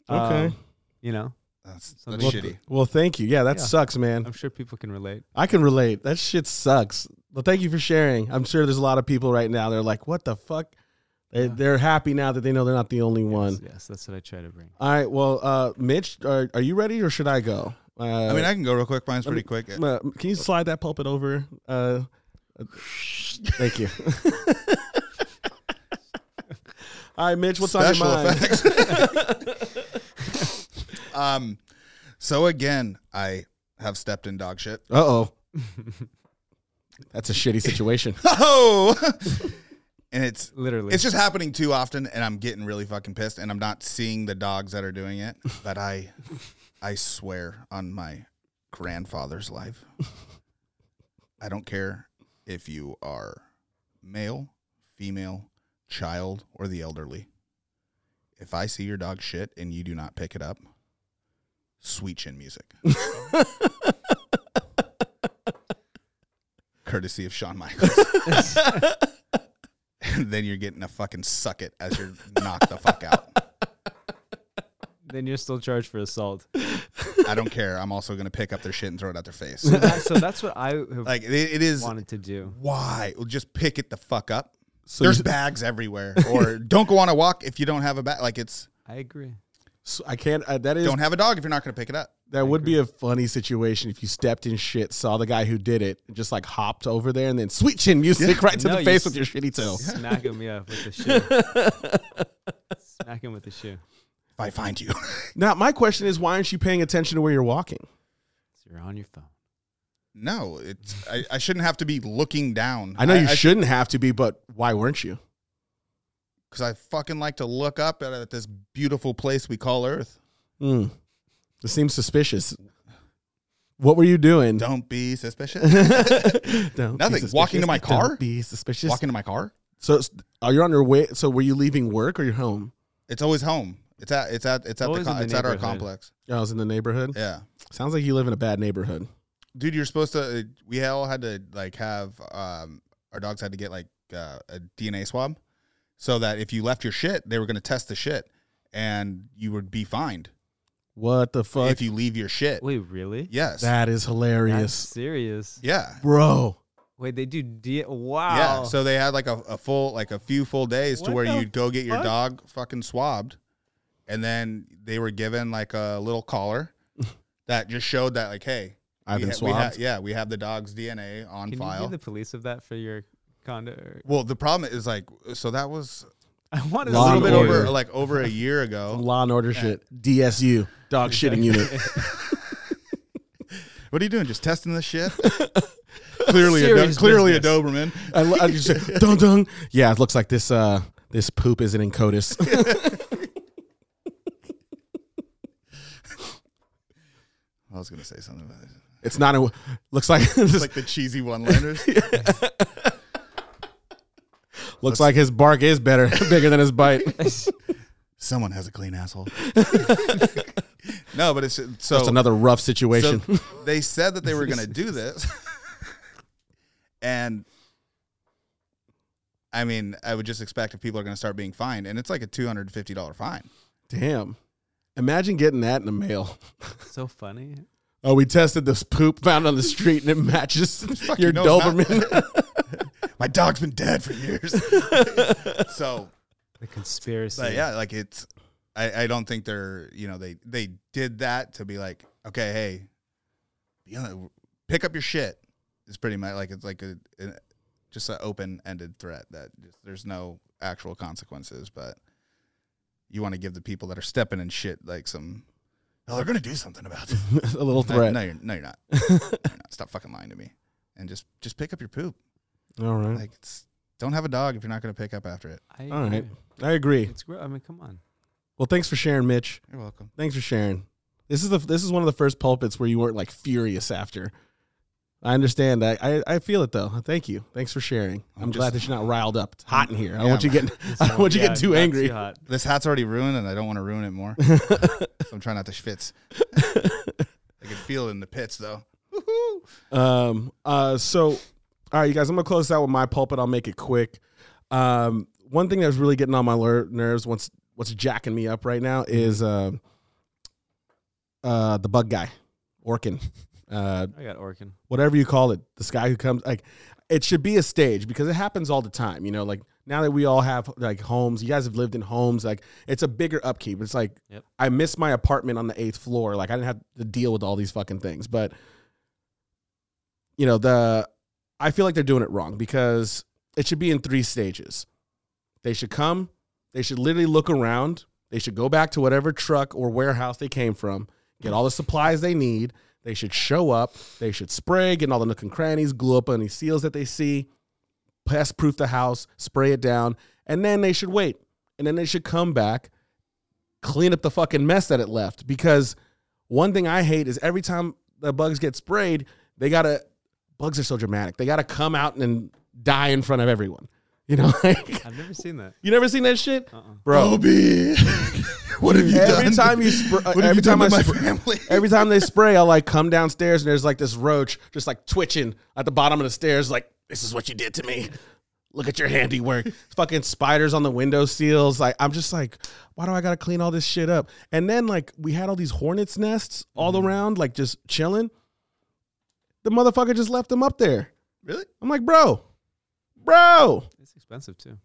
[SPEAKER 1] Okay.
[SPEAKER 2] Um, you know,
[SPEAKER 3] that's,
[SPEAKER 2] Well,
[SPEAKER 3] that's shitty
[SPEAKER 1] Well, thank you. Yeah, that
[SPEAKER 2] Yeah.
[SPEAKER 1] sucks, man.
[SPEAKER 2] I'm sure people can relate.
[SPEAKER 1] I can relate. That shit sucks. Well, thank you for sharing. I'm sure there's a lot of people right now. They're like, what the fuck? They,
[SPEAKER 2] Yeah.
[SPEAKER 1] They're happy now that they know they're not the only one.
[SPEAKER 2] Yes, yes, that's what I try to bring.
[SPEAKER 1] All right. Well, uh, Mitch, are, are you ready or should I go? Uh,
[SPEAKER 3] i mean i can go real quick mine's
[SPEAKER 1] let me-
[SPEAKER 3] pretty quick
[SPEAKER 1] Uh, can you slide that pulpit over? Uh, uh, thank you. All right, Mitch, what's
[SPEAKER 3] Special
[SPEAKER 1] on your mind?
[SPEAKER 3] effects. um, so again, I have stepped in dog shit.
[SPEAKER 1] Uh oh. That's a shitty situation.
[SPEAKER 3] Oh, and it's
[SPEAKER 2] Literally,
[SPEAKER 3] it's just happening too often, and I'm getting really fucking pissed, and I'm not seeing the dogs that are doing it. But I, I swear on my grandfather's life, I don't care if you are male, female, child, or the elderly. if I see your dog shit and you do not pick it up, sweet chin music. Courtesy of Shawn Michaels. and then you're getting a fucking suck it as you're knocked the fuck out.
[SPEAKER 2] Then you're still charged for assault.
[SPEAKER 3] I don't care. I'm also gonna pick up their shit and throw it at their face.
[SPEAKER 2] So, that- so that's what I have
[SPEAKER 3] Like it, it is
[SPEAKER 2] wanted to do.
[SPEAKER 3] why? Well, just pick it the fuck up.
[SPEAKER 1] So
[SPEAKER 3] There's
[SPEAKER 1] you-
[SPEAKER 3] bags everywhere. Or don't go on a walk if you don't have a bag. Like it's
[SPEAKER 2] I agree.
[SPEAKER 1] So I can't. Uh, that is
[SPEAKER 3] don't have a dog if you're not gonna pick it up.
[SPEAKER 1] that would be a funny situation if you stepped in shit, saw the guy who did it, and just like hopped over there, and then sweet chin music right to
[SPEAKER 2] No,
[SPEAKER 1] the
[SPEAKER 2] you
[SPEAKER 1] face
[SPEAKER 2] s-
[SPEAKER 1] with your shitty toe.
[SPEAKER 2] Smack him, yeah, with the shoe. Smack him with the shoe.
[SPEAKER 3] If I find you.
[SPEAKER 1] Now my question is, why aren't you paying attention to where you're walking?
[SPEAKER 2] So you're on your phone.
[SPEAKER 3] no, it's I, I shouldn't have to be looking down.
[SPEAKER 1] I know you
[SPEAKER 3] I,
[SPEAKER 1] shouldn't have to be, but why weren't you?
[SPEAKER 3] because I fucking like to look up at, at this beautiful place we call Earth.
[SPEAKER 1] Mm. This seems suspicious. What were you doing?
[SPEAKER 3] Don't be suspicious.
[SPEAKER 1] Don't be
[SPEAKER 3] Nothing.
[SPEAKER 1] suspicious.
[SPEAKER 3] Walking to my car?
[SPEAKER 1] Don't be suspicious.
[SPEAKER 3] Walk into my car.
[SPEAKER 1] So s- are you on your way? So were you leaving work or you're home?
[SPEAKER 3] It's always home. It's at it's at it's at the,
[SPEAKER 2] Always
[SPEAKER 3] co-
[SPEAKER 2] in the
[SPEAKER 3] it's at our
[SPEAKER 2] neighborhood.
[SPEAKER 3] complex.
[SPEAKER 1] I was in the neighborhood.
[SPEAKER 3] Yeah.
[SPEAKER 1] Sounds like you live in a bad neighborhood.
[SPEAKER 3] dude you're supposed to uh, we all had to like have um our dogs had to get like uh, a dna swab so that if you left your shit they were going to test the shit and you would be fined
[SPEAKER 1] What the fuck?
[SPEAKER 3] if you leave your shit
[SPEAKER 2] Wait, really?
[SPEAKER 3] yes
[SPEAKER 1] that is
[SPEAKER 2] That's
[SPEAKER 1] hilarious,
[SPEAKER 2] serious.
[SPEAKER 3] yeah
[SPEAKER 1] bro.
[SPEAKER 2] Wait, they do. D- wow.
[SPEAKER 3] yeah so they had like a, a full like a few full days to
[SPEAKER 2] What
[SPEAKER 3] where
[SPEAKER 2] the
[SPEAKER 3] you'd go get your
[SPEAKER 2] fuck?
[SPEAKER 3] dog fucking swabbed and then they were given like a little collar that just showed that like hey
[SPEAKER 1] I've
[SPEAKER 3] we
[SPEAKER 1] been
[SPEAKER 3] ha- we ha-
[SPEAKER 1] swabbed.
[SPEAKER 3] yeah we have the dog's dna on
[SPEAKER 2] Can you
[SPEAKER 3] file
[SPEAKER 2] give the police of that for your condo? Or-
[SPEAKER 3] well the problem is like so that was
[SPEAKER 2] I wanted
[SPEAKER 1] Law
[SPEAKER 2] a
[SPEAKER 3] a little
[SPEAKER 1] and
[SPEAKER 2] little
[SPEAKER 3] bit
[SPEAKER 1] order.
[SPEAKER 3] over like over a year ago.
[SPEAKER 1] Law and order shit. DSU. Dog shitting unit.
[SPEAKER 3] What are you doing? Just testing this shit? clearly, a Do-
[SPEAKER 2] Serious
[SPEAKER 3] clearly a
[SPEAKER 2] business.
[SPEAKER 3] Doberman.
[SPEAKER 1] I, lo- I just say, dung dung. Yeah, it looks like this uh this poop isn't in CODIS.
[SPEAKER 3] I was gonna say something about it.
[SPEAKER 1] it's not a looks like this
[SPEAKER 3] It's like the cheesy one-liners.
[SPEAKER 1] looks like his bark is better bigger than his bite.
[SPEAKER 2] bit.
[SPEAKER 3] Someone has a clean asshole. no, but it's uh, so
[SPEAKER 1] Just another rough
[SPEAKER 3] so
[SPEAKER 1] situation.
[SPEAKER 3] they said that they were gonna do this, and I mean, I would just expect if people are gonna start being fined, and it's like a two hundred fifty dollar fine.
[SPEAKER 1] Damn. Imagine getting that in the mail.
[SPEAKER 2] so funny.
[SPEAKER 1] Oh, we tested this poop found on the street and it matches
[SPEAKER 3] Fuck,
[SPEAKER 1] your
[SPEAKER 3] you know it's not-
[SPEAKER 1] Doberman.
[SPEAKER 3] My dog's been dead for years, so
[SPEAKER 2] The conspiracy.
[SPEAKER 3] But yeah, like it's I, I don't think they're you know, they they did that to be like, okay, hey, you know, pick up your shit. It's pretty much like it's like a, an just an open ended threat that just, there's no actual consequences, but you want to give the people that are stepping in shit like some oh, they're gonna do something about it.
[SPEAKER 1] a little
[SPEAKER 3] No,
[SPEAKER 1] threat.
[SPEAKER 3] no, you're, no, you're not. You're not. Stop fucking lying to me, and just just pick up your poop.
[SPEAKER 1] All right.
[SPEAKER 3] Like, it's, don't have a dog if you're not going to pick up after it.
[SPEAKER 2] I
[SPEAKER 1] All
[SPEAKER 2] agree.
[SPEAKER 1] right. I agree.
[SPEAKER 2] It's gr- I mean, come on.
[SPEAKER 1] Well, thanks for sharing, Mitch.
[SPEAKER 3] You're welcome.
[SPEAKER 1] Thanks for sharing. This is the this is one of the first pulpits where you weren't like furious after. I understand. I I, I feel it though. Thank you. Thanks for sharing. I'm,
[SPEAKER 3] I'm just-
[SPEAKER 1] glad that you're not riled up. It's hot in here. I don't
[SPEAKER 3] Yeah,
[SPEAKER 1] want you getting I don't want you
[SPEAKER 2] Yeah,
[SPEAKER 1] getting too
[SPEAKER 2] not
[SPEAKER 1] angry.
[SPEAKER 2] hot.
[SPEAKER 3] This hat's already ruined, and I don't want to ruin it more. So I'm trying not to schwitz. I can feel it in the pits, though. Woo-hoo.
[SPEAKER 1] Um. Uh. So, all right, you guys. I'm gonna close this out with my pulpit. I'll make it quick. Um. One thing that was really getting on my ler- nerves, what's what's jacking me up right now, is um. Uh, the bug guy, Orkin. Uh,
[SPEAKER 2] I got Orkin.
[SPEAKER 1] whatever you call it, this guy who comes like it should be a stage because it happens all the time. You know, like now that we all have like homes, you guys have lived in homes, like it's a bigger upkeep. It's like
[SPEAKER 2] Yep.
[SPEAKER 1] I miss my apartment on the eighth floor. Like I didn't have to deal with all these fucking things. But you know, the I feel like they're doing it wrong because it should be in three stages. They should come, they should literally look around, they should go back to whatever truck or warehouse they came from, get all the supplies they need, they should show up. They should spray, get in all the nook and crannies, glue up any seals that they see, pest proof the house, spray it down, and then they should wait. And then they should come back, clean up the fucking mess that it left. Because one thing I hate is every time the bugs get sprayed, they gotta bugs are so dramatic. They gotta come out and die in front of everyone. You know, like
[SPEAKER 2] I've never seen that.
[SPEAKER 1] you never seen that shit,
[SPEAKER 2] Uh-uh.
[SPEAKER 1] bro.
[SPEAKER 3] Obi, what have you done?
[SPEAKER 1] Every time you spr-
[SPEAKER 3] what have
[SPEAKER 1] every
[SPEAKER 3] you done
[SPEAKER 1] time I
[SPEAKER 3] to my
[SPEAKER 1] spr-
[SPEAKER 3] family?
[SPEAKER 1] Every time they spray, I'll like come downstairs and there's like this roach just like twitching at the bottom of the stairs, like, this is what you did to me. Look at your handiwork. Fucking spiders on the window seals. Like, I'm just like, why do I gotta clean all this shit up? And then like we had all these hornets nests all
[SPEAKER 3] Mm-hmm.
[SPEAKER 1] around, like just chilling. The motherfucker just left them up there.
[SPEAKER 3] really?
[SPEAKER 1] I'm like, bro, bro.
[SPEAKER 2] It's expensive too.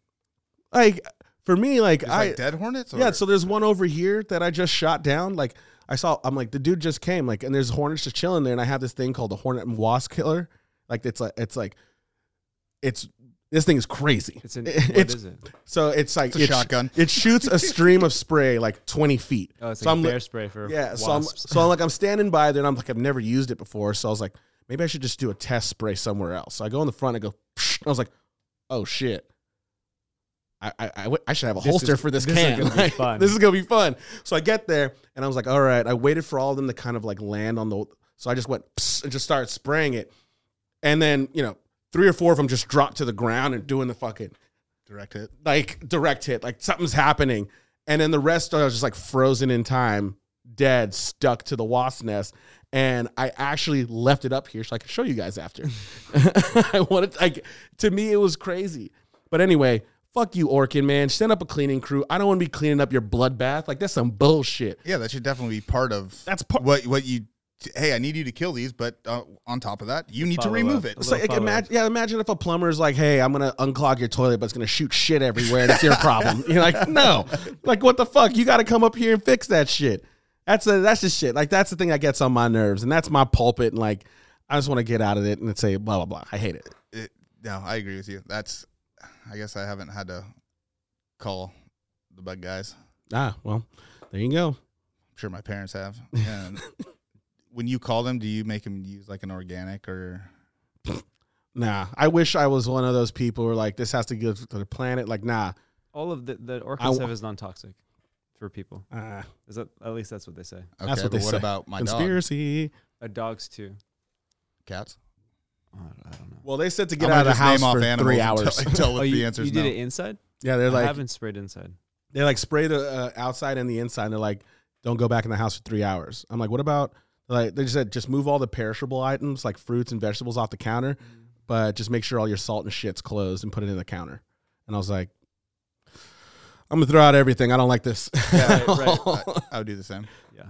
[SPEAKER 1] Like for me, like
[SPEAKER 3] It's
[SPEAKER 1] I
[SPEAKER 3] like dead hornets? Or?
[SPEAKER 1] yeah, so there's one over here that I just shot down. Like I saw, I'm like the dude just came, like, and there's hornets just chilling there, and I have this thing called the hornet and wasp killer. Like it's like it's like it's this thing is crazy.
[SPEAKER 2] It's an. What
[SPEAKER 1] It-
[SPEAKER 2] is
[SPEAKER 1] it's
[SPEAKER 2] it?
[SPEAKER 1] so it's like
[SPEAKER 3] It's a
[SPEAKER 1] it sh-
[SPEAKER 3] shotgun.
[SPEAKER 1] It shoots a stream of spray like 20 feet.
[SPEAKER 2] Oh, it's
[SPEAKER 1] so
[SPEAKER 2] like
[SPEAKER 1] I'm li-
[SPEAKER 2] bear spray for
[SPEAKER 1] yeah, so I'm,
[SPEAKER 2] wasps.
[SPEAKER 1] so I'm like I'm standing by there, and I'm like I've never used it before, so I was like maybe I should just do a test spray somewhere else. So I go in the front, I go, psh, I was like, oh shit. I, I, I w- I should have a
[SPEAKER 2] This
[SPEAKER 1] holster
[SPEAKER 2] is-
[SPEAKER 1] for this,
[SPEAKER 2] this is
[SPEAKER 1] can.
[SPEAKER 2] gonna be
[SPEAKER 1] Like,
[SPEAKER 2] fun.
[SPEAKER 1] this is gonna be fun. So I get there and I was like, all right. I waited for all of them to kind of like land on the. So I just went pss, and just started spraying it, and then you know three or four of them just dropped to the ground and doing the fucking
[SPEAKER 3] direct hit.
[SPEAKER 1] like direct hit, like something's happening. And then the rest are just like frozen in time, dead, stuck to the wasp nest. And I actually left it up here so I could show you guys after. I wanted like to me it was crazy. But anyway, fuck you, Orkin man. Send up a cleaning crew. I don't want to be cleaning up your bloodbath. Like that's some bullshit.
[SPEAKER 3] Yeah, that should definitely be part of
[SPEAKER 1] That's part.
[SPEAKER 3] what what you. Hey, I need you to kill these, but uh, on top of that, you need to
[SPEAKER 2] Follow
[SPEAKER 3] remove
[SPEAKER 2] up.
[SPEAKER 3] it.
[SPEAKER 1] It's like,
[SPEAKER 2] Little
[SPEAKER 1] imagine, yeah, imagine if a plumber's like, "Hey, I'm gonna unclog your toilet, but it's gonna shoot shit everywhere. That's your problem." You're like, "No, like what the fuck? You got to come up here and fix that shit." That's a, that's just shit. Like that's the thing that gets on my nerves, and that's my pulpit. And like, I just want to get out of it and say blah blah blah. I hate it.
[SPEAKER 3] it, no, I agree with you. That's, I guess I haven't had to call the bug guys.
[SPEAKER 1] Ah, well, there you go.
[SPEAKER 3] I'm sure my parents have. And when you call them, do you make them use like an organic or?
[SPEAKER 1] Nah, I wish I was one of those people who are like, "This has to go to the planet." Like, nah,
[SPEAKER 2] All of the the
[SPEAKER 1] I
[SPEAKER 2] orchid
[SPEAKER 1] w-
[SPEAKER 2] stuff is non toxic for people.
[SPEAKER 1] uh,
[SPEAKER 2] Is that at least that's what they say?
[SPEAKER 3] Okay,
[SPEAKER 1] That's what
[SPEAKER 3] but
[SPEAKER 1] they
[SPEAKER 3] what
[SPEAKER 1] say.
[SPEAKER 3] about my dog?
[SPEAKER 1] conspiracy.
[SPEAKER 2] Uh, dogs too.
[SPEAKER 3] Cats?
[SPEAKER 2] Oh, I don't know.
[SPEAKER 1] Well, they said to
[SPEAKER 3] I'm
[SPEAKER 1] get
[SPEAKER 3] gonna
[SPEAKER 1] out of the
[SPEAKER 3] just
[SPEAKER 1] house
[SPEAKER 3] name off
[SPEAKER 1] for
[SPEAKER 3] animals
[SPEAKER 1] three
[SPEAKER 3] and
[SPEAKER 1] hours.
[SPEAKER 3] Tell, tell
[SPEAKER 2] Oh,
[SPEAKER 3] if
[SPEAKER 2] you,
[SPEAKER 3] the answer
[SPEAKER 2] you
[SPEAKER 3] is
[SPEAKER 2] did
[SPEAKER 3] no.
[SPEAKER 2] it inside?
[SPEAKER 1] yeah, they're
[SPEAKER 2] I
[SPEAKER 1] like,
[SPEAKER 2] haven't sprayed inside.
[SPEAKER 1] they like spray the uh, outside and the inside. And they're like, don't go back in the house for three hours. I'm like, what about like they just said, just move all the perishable items like fruits and vegetables off the counter, but just make sure all your salt and shit's closed and put it in the counter. And I was like, I'm gonna throw out everything. I don't like this.
[SPEAKER 3] Yeah,
[SPEAKER 2] right,
[SPEAKER 3] I, I would do the same.
[SPEAKER 2] Yeah.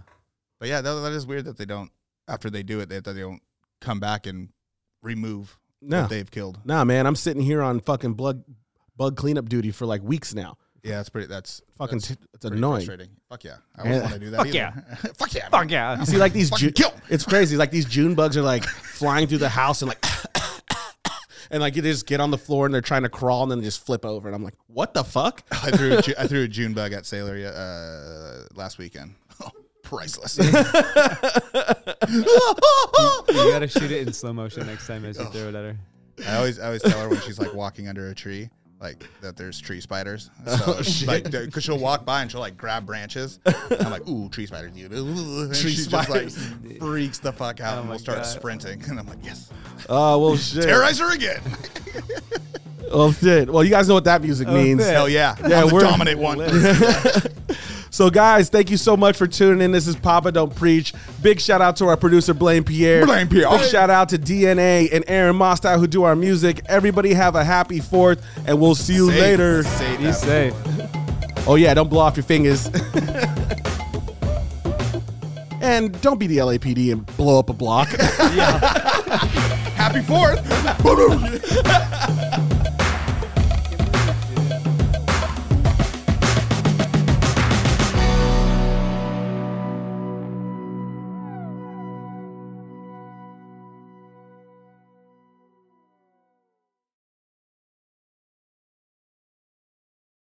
[SPEAKER 3] But yeah, that, that is weird that they don't. After they do it, that they don't come back and remove
[SPEAKER 1] no,
[SPEAKER 3] what they've killed.
[SPEAKER 1] nah, man. I'm sitting here on fucking blood bug cleanup duty for like weeks now.
[SPEAKER 3] Yeah, that's pretty. That's
[SPEAKER 1] Fucking,
[SPEAKER 3] that's
[SPEAKER 1] t- it's
[SPEAKER 3] pretty
[SPEAKER 1] annoying.
[SPEAKER 3] Frustrating. Fuck yeah, I wouldn't
[SPEAKER 1] Yeah.
[SPEAKER 3] want to do that.
[SPEAKER 2] Fuck
[SPEAKER 3] either.
[SPEAKER 2] yeah.
[SPEAKER 3] fuck yeah,
[SPEAKER 2] Fuck yeah.
[SPEAKER 1] You see, like these
[SPEAKER 3] fucking
[SPEAKER 1] Ju-
[SPEAKER 3] kill.
[SPEAKER 1] It's crazy. Like these June bugs are like flying through the house and like, and like they just get on the floor and they're trying to crawl and then they just flip over. And I'm like, what the fuck?
[SPEAKER 3] I threw a Ju- I threw a June bug at Sailor uh, last weekend. Oh, priceless.
[SPEAKER 2] You gotta shoot it in slow motion next time as you throw it at her.
[SPEAKER 3] I always I always tell her when she's like walking under a tree, like that there's tree spiders. So like, because she'll walk by and she'll like grab branches. I'm like, ooh, tree spiders, dude. Ooh, and
[SPEAKER 1] Tree
[SPEAKER 3] she
[SPEAKER 1] spiders.
[SPEAKER 3] just like freaks the fuck out
[SPEAKER 2] Oh
[SPEAKER 3] and
[SPEAKER 2] my
[SPEAKER 3] will start
[SPEAKER 2] God.
[SPEAKER 3] sprinting. And I'm like, yes,
[SPEAKER 1] Oh well, shit.
[SPEAKER 3] terrorize her again.
[SPEAKER 1] Well, shit. Well, you guys know what that
[SPEAKER 3] Oh,
[SPEAKER 1] music means.
[SPEAKER 2] shit.
[SPEAKER 3] Hell yeah,
[SPEAKER 1] Yeah,
[SPEAKER 3] I'm the
[SPEAKER 1] we're-
[SPEAKER 3] dominant one.
[SPEAKER 1] So, guys, thank you so much for tuning in. This is Papa Don't Preach. Big shout out to our producer, Blaine Pierre.
[SPEAKER 3] Blaine Pierre.
[SPEAKER 1] Big shout out to DNA and Aaron Mostow, who do our music. Everybody have a happy fourth, and we'll see you
[SPEAKER 3] Safe,
[SPEAKER 1] later.
[SPEAKER 3] safe
[SPEAKER 2] Be
[SPEAKER 3] apple.
[SPEAKER 2] safe.
[SPEAKER 1] Oh yeah, don't blow off your fingers. and don't be the LAPD and blow up a block.
[SPEAKER 3] Happy Fourth.